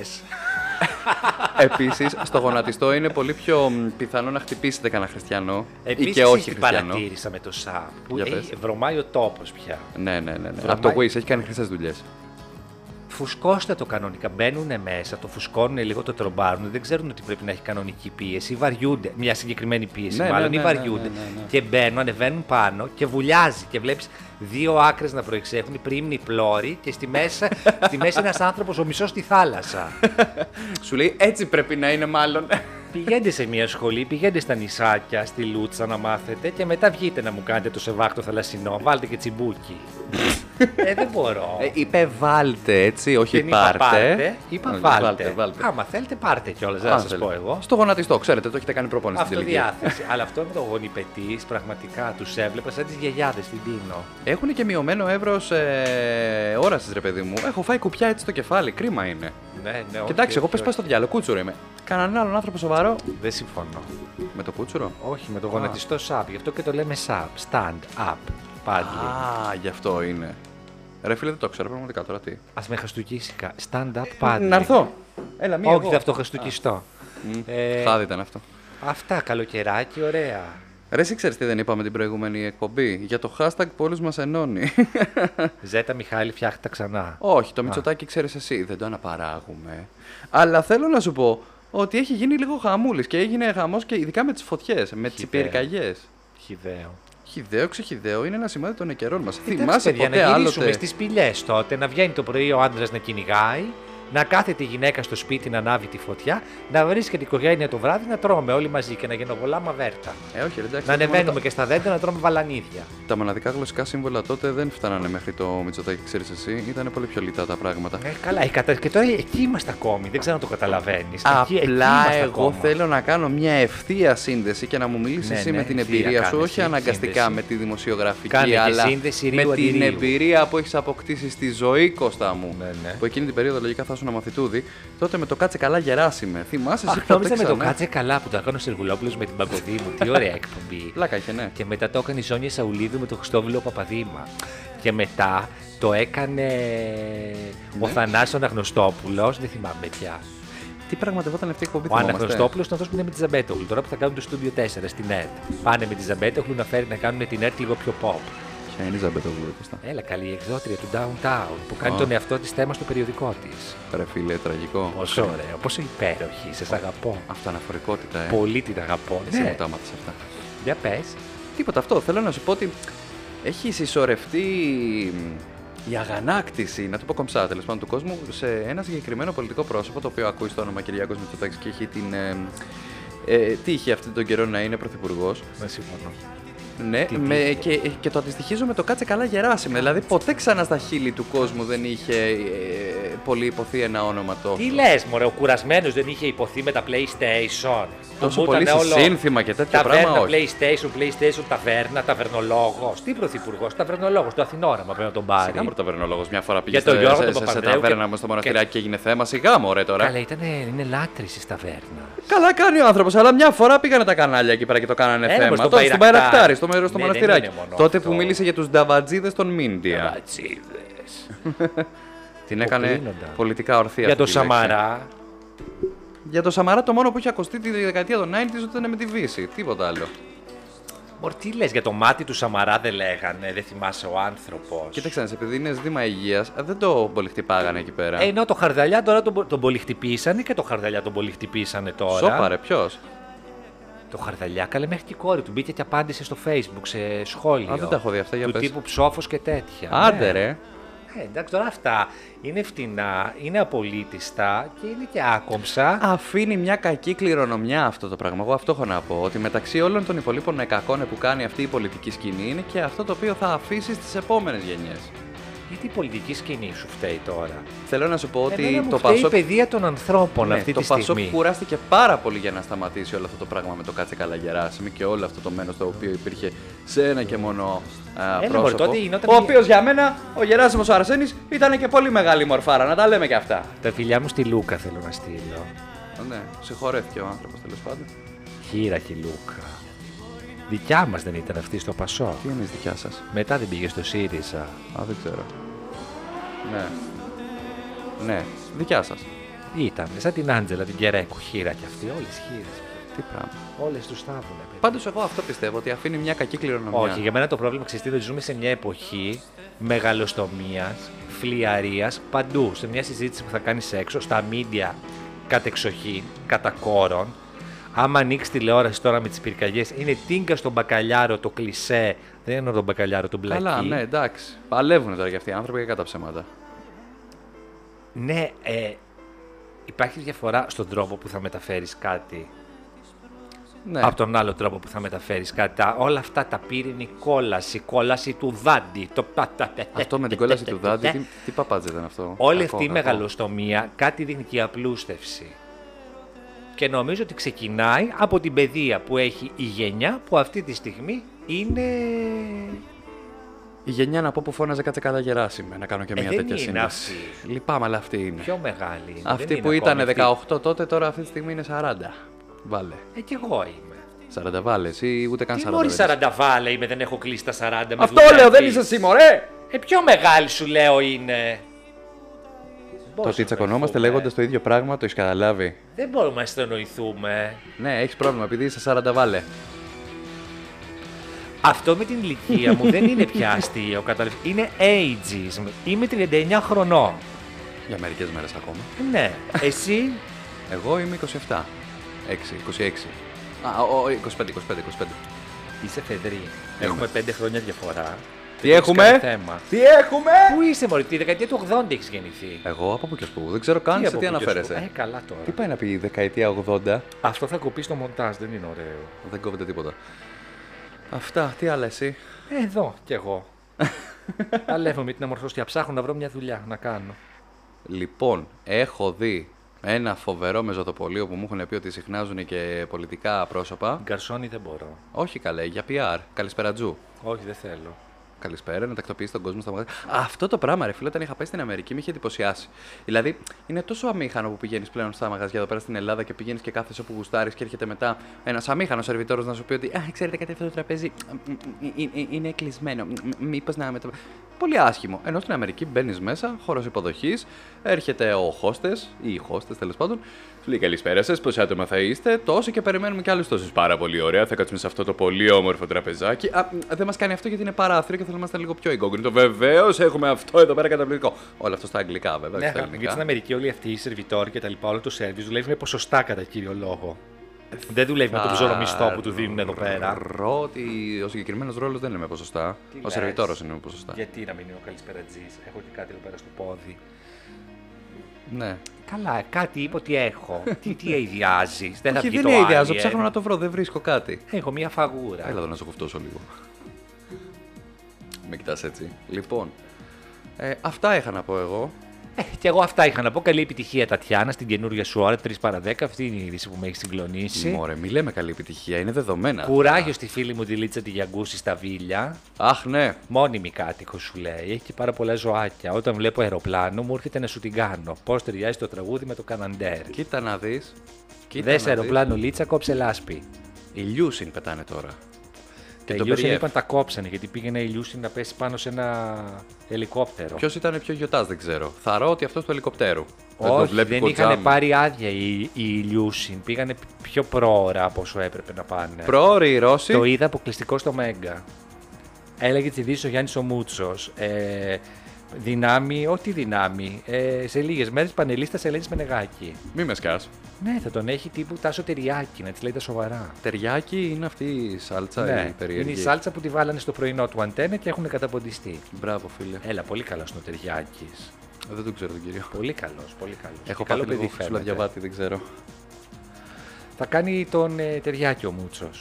Επίσης, στο γονατιστό είναι πολύ πιο μ, πιθανό να χτυπήσετε κανένα χριστιανό ή
Επίσης,
και όχι
την
χριστιανό.
παρατήρησα με το σαπ. Που
Για
έχει,
πες.
βρωμάει ο τόπος πια.
Ναι, ναι, ναι. ναι.
Βρωμάει.
Από το Wiz έχει κάνει χρυσές δουλειές.
Φουσκώστε το κανονικά. Μπαίνουν μέσα, το φουσκώνουν λίγο, το τρομπάρουν. Δεν ξέρουν ότι πρέπει να έχει κανονική πίεση. ή Βαριούνται. Μια συγκεκριμένη πίεση,
Ναι, ναι,
μάλλον,
ναι,
ή
ναι,
βαριούνται.
ναι, ναι, ναι.
Και μπαίνουν, ανεβαίνουν πάνω και βουλιάζει. Και βλέπεις δύο άκρες να προεξέχουν, η πρίμνη πλώρη και στη, μέσα, στη μέση ένας άνθρωπος ο μισός στη θάλασσα.
Σου λέει έτσι πρέπει να είναι, μάλλον.
Πηγαίνετε σε μια σχολή, πηγαίνετε στα νησάκια, στη Λούτσα να μάθετε και μετά βγείτε να μου κάνετε το σεβάκτο θαλασσινό. Βάλτε και τσιμπούκι. ε, δεν μπορώ.
Ε, είπε βάλτε έτσι, όχι
Δεν είπα
πάρτε.
πάρτε, Είπα
Όχι,
βάλτε.
βάλτε.
Άμα θέλετε, πάρτε κιόλας. Δεν
Αν
θα σας
θέλετε.
πω εγώ.
Στο γονατιστό, ξέρετε, το έχετε κάνει προπόνηση στην τελική.
Αυτοδιάθεση. Αλλά αυτό με το γονιπετής, πραγματικά τους έβλεπα σαν τις γιαγιάδες στην Τίνο.
Έχουν και μειωμένο εύρος ε, όρασης, ρε παιδί μου. Έχω φάει κουπιά έτσι στο κεφάλι, κρίμα είναι.
Ναι, ναι, όχι,
Κοιτάξτε, εγώ
όχι,
πες πας
όχι.
στο διάλογο, κούτσουρο είμαι. Κανέναν άλλον άνθρωπο σοβαρό.
Δεν συμφωνώ.
Με το κούτσουρο.
Όχι, με το γονατιστό σαπ. Γι' αυτό και το λέμε σαπ. Stand up. Paddling.
Α, γι' αυτό είναι. Ρε φίλε, δεν το ξέρω πραγματικά τώρα τι.
Ας με χαστούκίσικα. Stand up paddling.
Να έρθω. Έλα, μία.
Όχι,
εγώ.
θα αυτό χαστούκιστώ. Ε,
Χάδι ήταν αυτό.
Αυτά, καλοκαιράκι, ωραία.
Ρε, εσύ ξέρεις τι δεν είπαμε την προηγούμενη εκπομπή. Για το hashtag που όλους μας ενώνει.
Ζέτα Μιχάλη, φτιάχτε τα ξανά.
Όχι, το Μητσοτάκι ξέρεις εσύ, δεν το αναπαράγουμε. Αλλά θέλω να σου πω ότι έχει γίνει λίγο χαμούλης και έγινε χαμό και ειδικά με τις φωτιές, με τις πυρκαγιέ.
Χιδαίο.
Χιδαίο, ξεχιδαίο είναι ένα σημάδι των καιρών μα.
Εντάξει,
Θυμάσαι
παιδιά,
ποτέ
να γυρίσουμε
άλλοτε.
στις πηλιές τότε, να βγαίνει το πρωί ο άντρας να κυνηγάει, να κάθεται η γυναίκα στο σπίτι να ανάβει τη φωτιά, να βρίσκεται η οικογένεια το βράδυ να τρώμε όλοι μαζί και να γενοβολάμε βέρτα.
Ε, όχι, ρε, εντάξει,
Να
μόνο
ανεβαίνουμε
τα-
και στα δέντρα να τρώμε βαλανίδια.
Τα μοναδικά γλωσσικά σύμβολα τότε δεν φτάνανε μέχρι το Μητσοτάκι, ξέρεις εσύ. Ήταν πολύ πιο λιτά τα πράγματα.
Ε, καλά, η κατα... και τώρα εκεί είμαστε ακόμη. Δεν ξέρω αν το καταλαβαίνεις.
Απλά εγώ θέλω να κάνω μια ευθεία σύνδεση και να μου μιλήσεις
Ναι,
εσύ
ναι,
με την
ευθεία
εμπειρία σου,
κάνε
όχι
εσύ,
αναγκαστικά
σύνδεση.
με τη δημοσιογραφική,
Κάνε και
αλλά
σύνδεση
με
ρίου αντί
την
ρίου.
εμπειρία που έχεις αποκτήσει στη ζωή, Κώστα μου.
Ναι, ναι.
Που εκείνη την περίοδο λογικά θα ήσουν μαθητούδη. Τότε με το κάτσε καλά γεράσιμε. Θυμάσαι εσύ
Αχ,
που τα
νόμιζα με το
παίξανε.
κάτσε καλά που το έκανε ο Σεργουλόπουλος με την παγκοδί μου. Τι ωραία εκπομπή.
Πλάκα είχε, ναι.
Και μετά το έκανε η Ζώνια Σαουλίδου με τον Χριστόβιλο Παπαδήμα. Και μετά το έκανε
Ναι.
ο Θανάσης Αναγνωστόπουλος, δεν θυμάμαι πια.
Τι πραγματευόταν αυτή η εκπομπή
Ο
θυμόμαστε.
Αναγνωστόπουλος ήταν αυτός που είναι με τη Ζαμπέτογλου, τώρα που θα κάνουν το Studio 4 στην ΕΡΤ. Πάνε με τη Ζαμπέτογλου να, φέρει, να κάνουν την ΕΡΤ λίγο πιο pop.
Ποια είναι η Ζαμπετογλου, Κώστα.
Έλα καλή η εκδότρια του Downtown που κάνει
Α.
τον εαυτό της θέμα στο περιοδικό της.
Ρε φίλε, τραγικό.
Πόσο ωραίο, πόσο υπέροχη, σας αγαπώ.
Ναι. Αυτοαναφορικότητα, ε.
Πολύ την αγαπώ.
Εσύ
Ναι.
μου τα μάθες αυτά.
Για πες.
Τίποτα αυτό. Θέλω να σου πω ότι έχει συσσωρευτεί η αγανάκτηση, να το πω κομψά τέλος πάντων, του κόσμου σε ένα συγκεκριμένο πολιτικό πρόσωπο το οποίο ακούει στο όνομα Κυριάκος Μητσοτάκης και έχει την. Ε, ε, τι είχε αυτόν τον καιρό να είναι πρωθυπουργός.
Δεν συμφωνώ.
Ναι,
Τι
με,
τύχη.
και, και το αντιστοιχίζω με το κάτσε καλά Γεράσιμε. Δηλαδή, ποτέ ξανά στα χείλη του κόσμου δεν είχε ε, πολύ υποθεί ένα όνομα τόσο.
Τι λες, Μωρέ, ο κουρασμένος δεν είχε υποθεί με τα PlayStation.
Τόσο
Που μου
πολύ
ήταν όλο
σύνθημα και τέτοιο
ταβέρνα,
πράγμα, όχι.
PlayStation, PlayStation, ταβέρνα, ταβερνολόγος. Τι πρωθυπουργός, ταβερνολόγος του Αθηνόραμα πρέπει να τον πάρει.
Σιγά μου ρε ταβερνολόγος, μια φορά πήγε
τον
στο-
Γιώργο
σε,
τον
σε, σε
Παπανδρέου
ταβέρνα
και-
μου στο μοναστηράκι και έγινε θέμα. Σιγά μου ρε τώρα.
Καλά, ήταν, είναι λάτρηση στα ταβέρνα.
Καλά κάνει ο άνθρωπος, αλλά μια φορά πήγανε τα κανάλια εκεί πέρα και το κάνανε
Έλα,
θέμα.
μες, στο
Τότε στην
Μπαϊρακτάρι.
Παϊρακτάρι, στο μέρο στο
Ναι,
μοναστηράκι.
δεν είναι μόνο
Τότε
αυτό.
που μίλησε για τους νταβατζίδες των Μίντια.
Κατσίδε.
Την έκανε
Υποκλίνοντα.
πολιτικά ορθή
Για
αυτή
τον
η λέξη.
Σαμαρά.
Για το Σαμαρά το μόνο που είχε ακουστεί τη δεκαετία των 90 ότι ήταν με τη Βύση. Τίποτα άλλο.
Μωρέ, τι λες, για το μάτι του Σαμαρά δεν λέγανε, δεν θυμάσαι ο άνθρωπος.
Κοίταξε, να δεις, επειδή είναι ζήτημα υγείας, δεν το πολύ χτυπάγανε εκεί πέρα.
Ε, ενώ το χαρδαλιά τώρα τον, τον πολυχτυπήσανε και το χαρδαλιά τον πολυχτυπήσανε τώρα.
Σόπαρε, ποιος.
Ε, ναι. Το χαρδαλιά, καλέ μέχρι και η κόρη του μπήκε και απάντησε στο facebook σε σχόλιο.
Α, δεν τα έχω δει αυτά, για
Του
πες.
τύπου ψόφος και τέτοια.
Άντε
Ναι.
ρε.
Ε, εντάξει, τώρα αυτά είναι φτηνά, είναι απολύτιστα και είναι και άκομψα.
Αφήνει μια κακή κληρονομιά αυτό το πράγμα. Εγώ αυτό έχω να πω. Ότι μεταξύ όλων των υπολείπων κακών που κάνει αυτή η πολιτική σκηνή είναι και αυτό το οποίο θα αφήσει στις επόμενες γενιές.
Γιατί η πολιτική σκηνή σου φταίει τώρα.
Θέλω να σου πω ότι
Εμένα μου
το
φταίει η
Πασόκ.
παιδεία των ανθρώπων
Ναι,
αυτή
το
τη
Πασόκ
στιγμή.
κουράστηκε πάρα πολύ για να σταματήσει όλο αυτό το πράγμα με το κάτσε καλά Γεράσιμη και όλο αυτό το μέρο το οποίο υπήρχε σε ένα και μόνο α,
μωρέ,
πρόσωπο.
τότε γινόταν
ο
μια-
οποίος για μένα, ο Γεράσιμος ο Αρσένης, ήταν και πολύ μεγάλη μορφάρα, να τα λέμε και αυτά.
Τα φιλιά μου στη Λούκα θέλω να στείλω.
Ναι, συγχωρέθηκε ο άνθρωπος τέλος πάντων.
Χείραχη Λούκα. Δικιά μας δεν ήταν αυτή στο Πασό.
Τι είναι δικιά σας.
Μετά δεν πήγε στο ΣΥΡΙΖΑ.
Α, δεν ξέρω. Ναι. Ναι, δικιά σας.
Ήταν σαν την Άντζελα, την Κερέκου. Χείρα κι αυτή, όλες χείρες.
Τι πράγμα.
Όλες τους στάβουνε, παιδί.
Πάντως, εγώ αυτό πιστεύω ότι αφήνει μια κακή κληρονομιά.
Όχι, για μένα το πρόβλημα ξέρεις ότι ζούμε σε μια εποχή μεγαλοστομίας, φλιαρίας παντού. Σε μια συζήτηση που θα κάνεις έξω, στα μίντια κατεξοχή, κατά κόρον. Άμα ανοίξει τηλεόραση τώρα με τις πυρκαγιές, είναι τίνκα στον μπακαλιάρο το κλισέ. Δεν εννοώ τον μπακαλιάρο, τον μπλακί.
Καλά, ναι, εντάξει. Παλεύουν τώρα και αυτοί οι άνθρωποι και κατά ψέματα.
Ναι, ε, υπάρχει διαφορά στον τρόπο που θα μεταφέρεις κάτι.
Ναι.
από τον άλλο τρόπο που θα μεταφέρεις κάτι. Τα- όλα αυτά τα πύρινη κόλαση, κόλαση του δάντη. Το... πα- τα- τε- τε-
Αυτό με την
τε-
κόλαση
τε-
του
τε-
δάντη,
τε.
τι, τι παπάτζα ήταν αυτό.
Όλη
Κακό,
αυτή η
κακό.
μεγαλοστομία κάτι δίνει και η απλούστευση. Και νομίζω ότι ξεκινάει από την παιδεία που έχει η γενιά που αυτή τη στιγμή είναι.
Η γενιά να πω που φώναζε κάτσε καλά γεράσιμε, να κάνω και
Ε,
μια
δεν
τέτοια
είναι
σύνδεση.
αυτή.
Λυπάμαι, αλλά αυτή είναι.
Πιο μεγάλη. είναι, δεν
Αυτή
είναι
που
ακόμη
ήταν
αυτή.
18 τότε, τώρα αυτή τη στιγμή είναι 40. Βάλε.
Ε, κι εγώ είμαι.
40 βάλε ή ούτε καν
Τι
40.
μόλις
δεν είσαι.
40 βάλε είμαι, δεν έχω κλείσει τα 40. με
Αυτό
δουλεύει.
λέω, δεν είσαι εσύ, μωρέ!
Ε, πιο μεγάλη σου λέω είναι.
Το
Πώς
ότι τσακωνόμαστε
βρεθούμε.
λέγοντας το ίδιο πράγμα, το έχεις καταλάβει.
Δεν μπορούμε να αισθανοηθούμε.
Ναι, έχεις πρόβλημα, επειδή είσαι 40 βάλε.
Αυτό με την ηλικία μου δεν είναι πια αστείο, κατάλαβες. Είναι ageism. Είμαι 39 χρονών.
Για μερικές μέρες ακόμα.
Ναι. Εσύ
Εγώ είμαι 27. 6, 26. Α, ο, ο, 25, 25, 25.
είσαι φεδρή. Έχουμε 5 χρόνια διαφορά.
Ναι. Τι έχουμε?
Θέμα.
Τι έχουμε!
Πού είσαι, Μωρή, τη δεκαετία του 80 έχεις γεννηθεί.
Εγώ από πού και ως πού. Δεν ξέρω καν σε
από
τι
πού και
αναφέρεσαι.
στο- Ε, καλά τώρα.
Τι πάει να πει η δεκαετία 80.
Αυτό θα κοπεί στο μοντάζ, δεν είναι ωραίο.
Δεν κόβεται τίποτα. Αυτά, τι άλλα εσύ.
Ε, Εδώ κι εγώ. Παλεύω με την αμορφωστία. Ψάχνω να βρω μια δουλειά να κάνω.
Λοιπόν, έχω δει ένα φοβερό μεζοδοπολείο που μου έχουν πει ότι συχνάζουν και πολιτικά πρόσωπα.
Γκαρσόνι δεν μπορώ.
Όχι καλέ, για PR. Καλησπέρα Τζου.
Όχι, δεν θέλω.
Καλησπέρα, να τακτοποιήσει τον κόσμο στα μαγαζιά. Αυτό το πράγμα, ρε φίλε, όταν είχα πάει στην Αμερική, με είχε εντυπωσιάσει. Δηλαδή, είναι τόσο αμήχανο που πηγαίνεις πλέον στα μαγαζιά εδώ πέρα στην Ελλάδα και πηγαίνεις και κάθεσαι όπου γουστάρεις και έρχεται μετά ένας αμήχανος σερβιτόρος να σου πει ότι Α, ξέρετε κάτι, αυτό το τραπέζι μ, μ, μ, μ, είναι κλεισμένο. Μήπως να με το. Πολύ άσχημο. Ενώ στην Αμερική μπαίνεις μέσα, χώρος υποδοχής, έρχεται ο χώστε ή οι χώστε τέλος πάντων. Σου λέει καλησπέρα σας, πόσα άτομα θα είστε, τόσο και περιμένουμε και άλλους τόσους. Πάρα πολύ ωραία, θα κάτσουμε σε αυτό το πολύ όμορφο τραπεζάκι. Α, μ, δεν μας κάνει αυτό γιατί είναι παράθυρο και θέλουμε να είμαστε λίγο πιο εγκόγκριτο. Βεβαίως έχουμε αυτό εδώ πέρα καταπληκτικό. Όλο αυτό στα αγγλικά βέβαια, όχι
Ναι,
στα
αγαπητοί, γιατί
ελληνικά.
στην Αμερική όλοι αυτοί οι σερβιτόροι και τα λοιπά, όλο το σερβις δουλεύει με ποσοστά κατά κύριο λόγο. Δεν δουλεύει με τον ψωρο μισθό που του δίνουν εδώ πέρα.
Ρω ότι ο συγκεκριμένος ρόλος δεν είναι με ποσοστά.
Τι
Ο
λες?
σερβιτόρος είναι με ποσοστά.
Γιατί να μην είναι ο καλησπερατζή, έχω και κάτι εδώ πέρα στο πόδι.
Ναι.
Καλά, κάτι είπα ότι έχω. τι τι αειδιάζει, δεν θα
Όχι,
βγει
δεν
το
είναι
άλλη,
ιδιάζω,
ε.
ψάχνω να το βρω, δεν βρίσκω κάτι.
Έχω μία φαγούρα.
Έλα εδώ να σου κουφτώσω λίγο. Με κοιτάς έτσι. Λοιπόν, ε, αυτά είχα να πω εγώ.
Ε, και εγώ αυτά είχα να πω. Καλή επιτυχία, Τατιάνα, στην καινούργια σου ώρα 3 παρα 10. Αυτή είναι η είδηση που με έχει συγκλονίσει.
Μωρέ, μη λέμε καλή επιτυχία, είναι δεδομένα.
Κουράγιο στη φίλη μου τη Λίτσα τη Γιαγκούση στα Βίλια.
Αχ, ναι.
Μόνιμη κάτοικο σου λέει, έχει και πάρα πολλά ζωάκια. Όταν βλέπω αεροπλάνο, μου έρχεται να σου την κάνω. Πώς ταιριάζει το τραγούδι με το καναντέρ.
Κοίτα να δεις. Κοίτα
Δε
να
αεροπλάνο, λίτσα, κόψε λάσπη.
δεις. Οι Λιούσιν πετάνε τώρα.
Τα
τον
Ιλιούσιν
περιέφ.
είπαν τα κόψανε γιατί πήγαινε η Ιλιούσιν να πέσει πάνω σε ένα ελικόπτερο.
Ποιος ήταν πιο γιοτάς, δεν ξέρω. Θαρώ ότι αυτός του ελικοπτέρου.
Όχι,
το
δεν,
βλέπει
είχαν
Κοτζάμι.
πάρει άδεια οι, οι Ιλιούσιν. Πήγανε πιο προώρα από όσο έπρεπε να πάνε.
Πρόωροι οι Ρώσοι.
Το είδα αποκλειστικό στο Μέγκα. Έλεγε τι ειδήσει ο Γιάννης ο Μούτσος. Ε, δυνάμει, ό,τι δυνάμει. Ε, σε λίγες μέρες πανελίστας Ελένης Μενεγάκη.
Μη με σκάς.
Ναι, θα τον έχει τύπου τάσο ταιριάκι, να της λέει τα σοβαρά.
Τεριάκι είναι αυτή η σάλτσα, η
Ναι,
περίεργη.
είναι η σάλτσα που τη βάλανε στο πρωινό του αντένα και έχουν καταποντιστεί.
Μπράβο, φίλε.
Έλα, πολύ καλός ο Ταιριάκη.
Δεν τον ξέρω τον κύριο.
Πολύ καλός, πολύ Ε, καλός.
Έχω πάθει λίγο φυσουλαδιαβάτη, δεν ξέρω.
Θα κάνει τον ε, Ταιριάκη ο Μούτσος.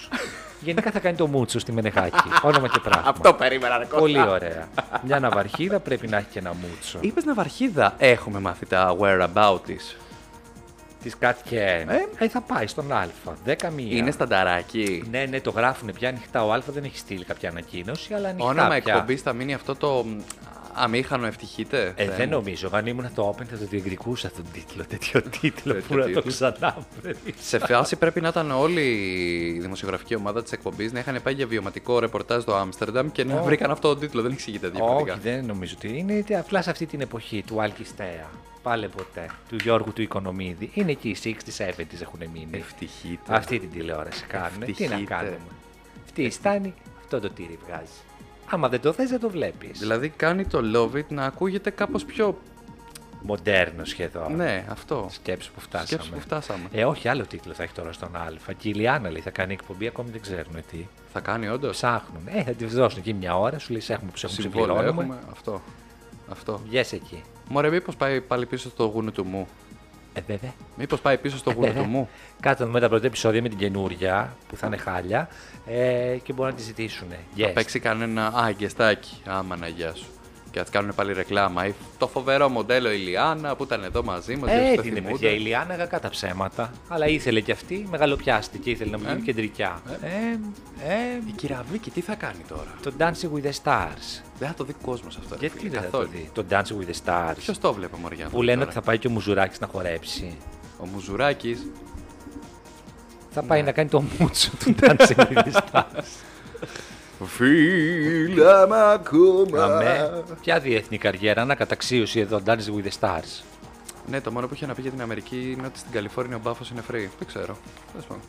Γενικά θα κάνει τον Μούτσο στη Μενεγάκη. Όνομα και πράγμα.
περίμενα, ρε
Πολύ ωραία. Μια ναυαρχίδα πρέπει να έχει και ένα μούτσο.
Είπες ναυαρχίδα. Έχουμε μάθει τα whereabout της.
Τη Κατκέν. Ε, ε, θα πάει στον Α. 10 μία.
Είναι στανταράκι.
Ναι, ναι, το γράφουν πια ανοιχτά. Ο Α δεν έχει στείλει κάποια ανακοίνωση, αλλά ανοιχτά.
Όνομα
πια.
εκπομπής θα μείνει αυτό το μ, αμήχανο ευχηθείτε.
Ε,
Θεέ
δεν
μου.
νομίζω. Αν ήμουν το Open θα το διεκδικούσα τον τίτλο. Τέτοιο τίτλο που
Τέτοιο
να το
τίτλο.
ξανάβρει.
Σε φάση πρέπει να ήταν όλη η δημοσιογραφική ομάδα της εκπομπής να είχαν πάει για βιωματικό ρεπορτάζ στο Άμστερνταμ και να
Όχι.
βρήκαν αυτό τον τίτλο. Δεν εξηγείται
Όχι,
διαφορετικά.
δεν νομίζω ότι είναι. τε- Απλά σε αυτή την εποχή του Αλκιστέα. Πάλε ποτέ. Του Γιώργου του Οικονομίδη. Είναι εκεί οι 60s, 70s έχουν
Ε,
μείνει.
Ευτυχείτε.
Αυτή την
Ε,
τηλεόραση κάνουμε. Τι να
Ευτυχείτε.
κάνουμε. Αυτή η στάνη, αυτό το τύρι βγάζει. Άμα δεν το θες δεν το βλέπεις.
Δηλαδή κάνει το Love It να ακούγεται κάπως πιο.
Μοντέρνος σχεδόν.
Ναι, αυτό.
Σκέψου που φτάσαμε.
Σκέψου που φτάσαμε.
Ε, όχι, άλλο τίτλο θα έχει τώρα στον Α. Και η Λιάννα λέει θα κάνει εκπομπή, ακόμη δεν ξέρουν τι.
Θα κάνει όντως.
Ψάχνουν. Ε, θα της δώσουν εκεί μια ώρα, σου λέει «Σε έχουμε που σε έχουμε
Συμβόλαιο
συμπληρώνουμε.
έχουμε. Αυτό. Αυτό.
Βγες εκεί.
Μωρέ, μήπως πάει πάλι πίσω στο γούνο του μου.
Ε, βέβαια.
Μήπως πάει πίσω στο γούρι του μου.
Κάτσε να δούμε τα πρώτα επεισόδια με την καινούρια που θα είναι χάλια ε, και μπορούν να τη ζητήσουν. Yes.
Θα παίξει κανένα. Α, γκεστάκι. Άμα να γεια σου. Και α κάνουν πάλι ρεκλάμα. Ή Το φοβερό μοντέλο η Λιάννα που ήταν εδώ μαζί μας.
Ε, την παιδιά η Λιάννα κακά τα ψέματα. Αλλά ήθελε και αυτή, μεγαλοπιάστηκε, ήθελε να μου γίνει
Ε.
κεντρικιά. Ε, ε,
Η κυραβίκη τι θα κάνει τώρα.
το Dancing with the Stars.
Δεν θα το δει κόσμος αυτό. ρε
Γιατί
φίλε,
δεν θα το
καθόλου.
δει. Το Dancing with the Stars.
Ποιος το βλέπε, Μωριά.
Που λένε ότι θα πάει και ο Μουζουράκης να χορέψει.
Ο Μουζουράκης.
Θα πάει να κάνει το μούτσο του Dancing with the Stars.
Φίλα μ' ακόμα.
Αμέ. Ποια διεθνή καριέρα, ανακαταξίωση εδώ, Dancing with the Stars.
Ναι, το μόνο που είχε να πει για την Αμερική είναι ότι στην Καλιφόρνια ο μπάφος είναι free. Δεν ξέρω. Τέλος πάντων.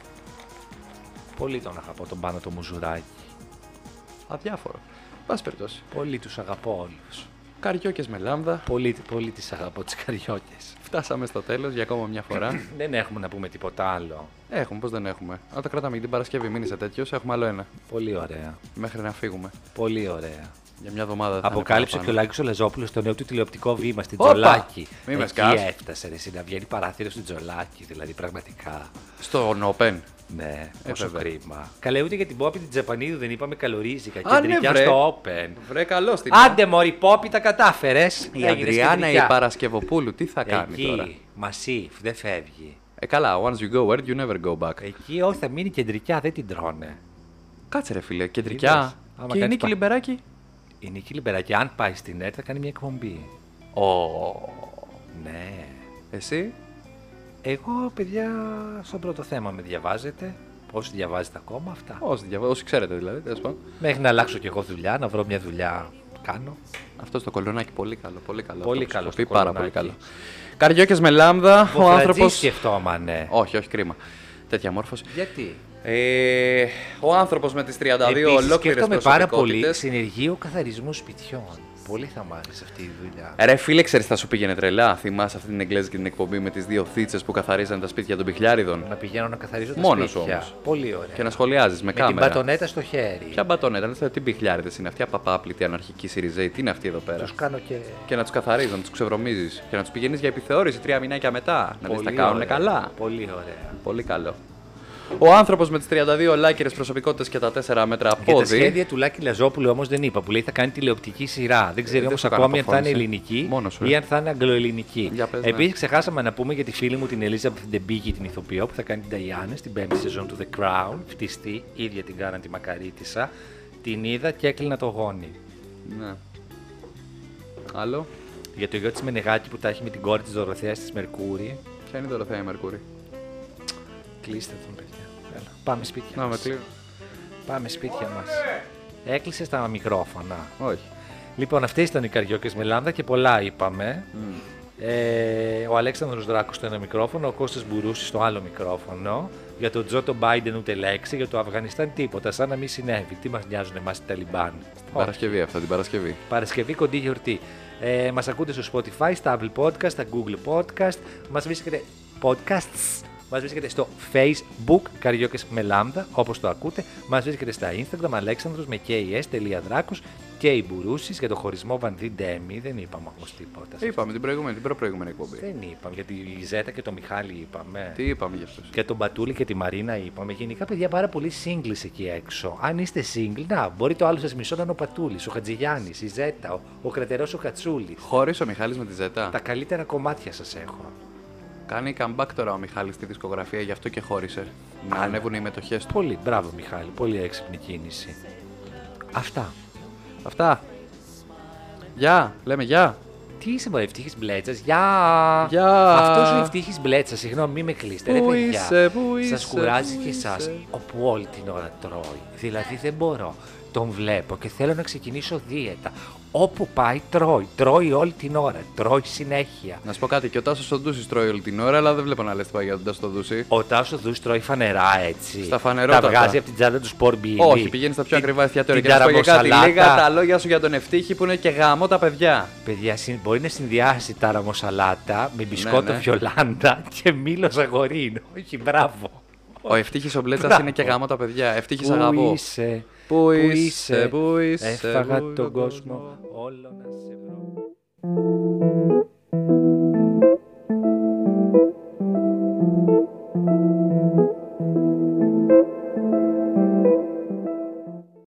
Πολύ τον αγαπώ τον πάνω το Μουζουράκη.
Αδιάφορο. Πάση περιπτώσει.
Πολύ τους αγαπώ όλους.
Καριόκες με λάμδα.
Πολύ, πολύ τις αγαπώ τις καριώτες.
Φτάσαμε στο τέλος για ακόμα μια φορά.
Δεν έχουμε να πούμε τίποτα άλλο.
έχουμε, πώς δεν έχουμε. Αν τα κρατάμε για την Παρασκευή, μείνει τέτοιος, έχουμε άλλο ένα.
Πολύ ωραία.
Μέχρι να φύγουμε.
Πολύ ωραία.
Για μια εβδομάδα. θα είναι
Αποκάλυψε και ο
παραπάνω.
Λάκη ο Λαζόπουλο το νέο του τηλεοπτικό βήμα στην
Όπα!
Τζολάκη.
Μη με
Εκεί
σκάς.
έφτασε ρε, εσύ, να βγαίνει παράθυρο στην Τζολάκη, δηλαδή πραγματικά.
Στον Open.
Ναι, πόσο
Ε, βέβαια.
κρίμα. Καλέ ούτε για την Πόπη την Τζαπανίδου δεν είπαμε καλορίζικα.
Α, ναι,
Κεντρικιά
βρε.
στο Open.
Βρε, καλός στην.
Άντε μωρή Πόπη τα κατάφερες.
Η Αντριάννα η Παρασκευοπούλου, τι θα κάνει τώρα.
Εκεί, μασίφ, δεν φεύγει.
Ε, καλά, once you go where you never go back.
Εκεί όχι θα μείνει κεντρικιά, δεν την τρώνε.
Κάτσε ρε φίλε, κεντρικιά.
Είδες. Άμα
Και η
κάνεις
Νίκη
πα-
Λιμπεράκη.
Η Νίκη Λιμπεράκη, αν πάει στην ΕΡΤ θα κάνει μια εκπομπή.
Ω.
Ναι.
Εσύ.
Εγώ, παιδιά, στον πρώτο θέμα με διαβάζετε. Όσοι διαβάζετε ακόμα αυτά.
Όσοι, διαβα... όσοι ξέρετε δηλαδή, τέλος πάντων.
Μέχρι να αλλάξω κι εγώ δουλειά, να βρω μια δουλειά κάνω.
Αυτό το κολονάκι πολύ καλό. Πολύ καλό.
Πολύ
αυτό που
καλό
σου έχω
στο
πει, πάρα πολύ
κολονάκι.
καλό. Καριόκες με λάμδα, ο
Βοφρατζή
άνθρωπο.
σκεφτόμανε. ναι.
Όχι, όχι, κρίμα. Τέτοια μόρφωση.
Γιατί.
Ε, ο άνθρωπος με τις 32
Επίσης,
ολόκληρες
σκέφτομαι πάρα πολύ
προσωπικότητες.
συνεργείο καθαρισμού σπιτιών. Πολύ θα μ' άρεσε αυτή η δουλειά.
Ρε φίλε, ξέρεις, θα σου πήγαινε τρελά. Θυμάσαι αυτή την εγγλέζικη την εκπομπή με τις δύο θίτσε που καθαρίζαν τα σπίτια των πιχλιάριδων.
Να πηγαίνω να καθαρίζω τα
Ε, Μόνος
σπίτια.
όμως.
Πολύ ωραία.
Και να σχολιάζεις με,
Με την
κάμερα.
πατονέτα στο χέρι.
Ποια μπατονέτα, λες, τι πιχλιάριδες είναι αυτοί, απαπάπλητοι, αναρχικοί, Σιριζέοι, τι είναι αυτοί εδώ πέρα.
Τους κάνω και...
Και να τους καθαρίζει, να τους ξεβρωμίζεις. Και να τους πηγαίνεις για επιθεώρηση τρία μηνάκια μετά. Να δεις τα κάνουν
ωραία.
καλά.
Πολύ ωραία.
Πολύ καλό. Ο άνθρωπος με τις 32 ολάκερε προσωπικότητες και τα 4 μέτρα
Για τα
πόδι.
σχέδια του Λάκη Λαζόπουλου όμως δεν είπα. Που λέει θα κάνει τηλεοπτική σειρά. Δεν ξέρει
Ε, δεν
όμως
το κάνω
ακόμη αν θα είναι
προφώνηση.
ελληνική
Μόνος σου,
ή
ε.
αν θα είναι αγγλοελληνική.
Για πες, ναι.
Επίσης ξεχάσαμε να πούμε για τη φίλη μου την Ελίζα Ντεμπίγη, την ηθοποιό που θα κάνει την Ταϊάννα στην πέμπτη σεζόν του The Crown. Φτιστή, ίδια την κάναν τη Μακαρίτησα. Την είδα και έκλεινα το γόνι.
Ναι. Άλλο.
Για το γιο της Μενεγάκη που τα έχει με την κόρη της Δωροθέας της Μερκούρη.
Ποια είναι η Δωροθέα η Μερκούρη.
Κλείστε τον, παιδιά. Έλα, πάμε σπίτια
Να με
μας.
κλείνω.
Πάμε σπίτια μας. Έκλεισε τα μικρόφωνα.
Όχι.
Λοιπόν, αυτές ήταν οι καριόκες με λάμδα και πολλά είπαμε. Ε, ο Αλέξανδρος Δράκος στο ένα μικρόφωνο, ο Κώστας Μπουρούσης στο άλλο μικρόφωνο. Για τον Τζο τον Biden ούτε λέξη, για το Αφγανιστάν τίποτα, σαν να μην συνέβη. Τι μας νοιάζουν εμάς οι Ταλιμπάν.
Την
Όχι.
Παρασκευή αυτά, την Παρασκευή.
Παρασκευή κοντή γιορτή. Ε, μας ακούτε στο Spotify, στα Apple Podcast, στα Google Podcast. Μας βρίσκεται podcasts. Μας βρίσκεται στο Facebook, Καριόκες με Λάμδα, όπως το ακούτε. Μας βρίσκεται στα Instagram, αλέξανδρος με kes.dracos και οι Μπουρούσης για το χωρισμό Βανδί Ντέμι. Δεν είπαμε όμως τίποτα.
Είπαμε την προηγούμενη, την προπροηγούμενη εκπομπή.
Δεν είπαμε, για τη Ζέτα και τον Μιχάλη είπαμε.
Τι είπαμε για αυτούς.
Για τον Μπατούλη και τη Μαρίνα είπαμε. Γενικά, παιδιά, πάρα πολύ singles εκεί έξω. Αν είστε single, να μπορεί το άλλο σας μισό να είναι ο Πατούλης, ο Χατζηγιάννης, η Ζέτα, ο, ο Κρατερός ο Κατσούλης.
Χωρίς ο Μιχάλης με τη Ζέτα.
Τα καλύτερα κομμάτια σας έχω.
Κάνει comeback τώρα ο Μιχάλης στη δισκογραφία, γι' αυτό και χώρισε. Να
Άρα.
ανέβουν οι μετοχές του.
Πολύ μπράβο, Μιχάλη. Πολύ έξυπνη κίνηση. Αυτά.
Αυτά. Γεια, λέμε γεια.
Τι είσαι, Μωρέ, ευτύχη μπλέτσα. Γεια!
Γεια.
Αυτός ο ευτύχης μπλέτσας, συγγνώμη, μην με κλείσετε. Ρε,
Πού
παιδιά.
είσαι, πού είσαι,
Σα κουράζει
πού
και εσάς,
είσαι.
όπου όλη την ώρα τρώει. Δηλαδή δεν μπορώ. Τον βλέπω και θέλω να ξεκινήσω δίαιτα. Όπου πάει, τρώει. Τρώει όλη την ώρα. Τρώει συνέχεια.
Να σου πω κάτι, και ο Τάσος ο Ντούσης τρώει όλη την ώρα, αλλά δεν βλέπω να λες τίποτα για τον Τάσο Ντούση.
Ο Τάσος Δού τρώει φανερά έτσι.
Στα φανερότατα.
Τα βγάζει από την τσάντα του Sport BB.
Όχι, πηγαίνεις στα πιο
Την-
ακριβά εστιατόρια
την
και να σου πω και κάτι.
ταραμποσαλάτα.
Λίγα τα λόγια σου για τον Ευτύχη που είναι και γάμο τα παιδιά.
Παιδιά, συν- μπορεί να συνδυάσει ταραμοσαλάτα με μπισκότο
ναι.
βιολάντα και μήλο αγορίνο. Όχι, μπράβο.
Ο Ευτύχης ο Μπλέτσας
Μπράβο.
είναι και γάμο τα παιδιά. Ευτύχη
Πού
αγαπώ.
είσαι,
Πού είσαι, πού είσαι,
Έφαγα
πού
τον
τον κόσμο.
κόσμος όλο να σε βρω.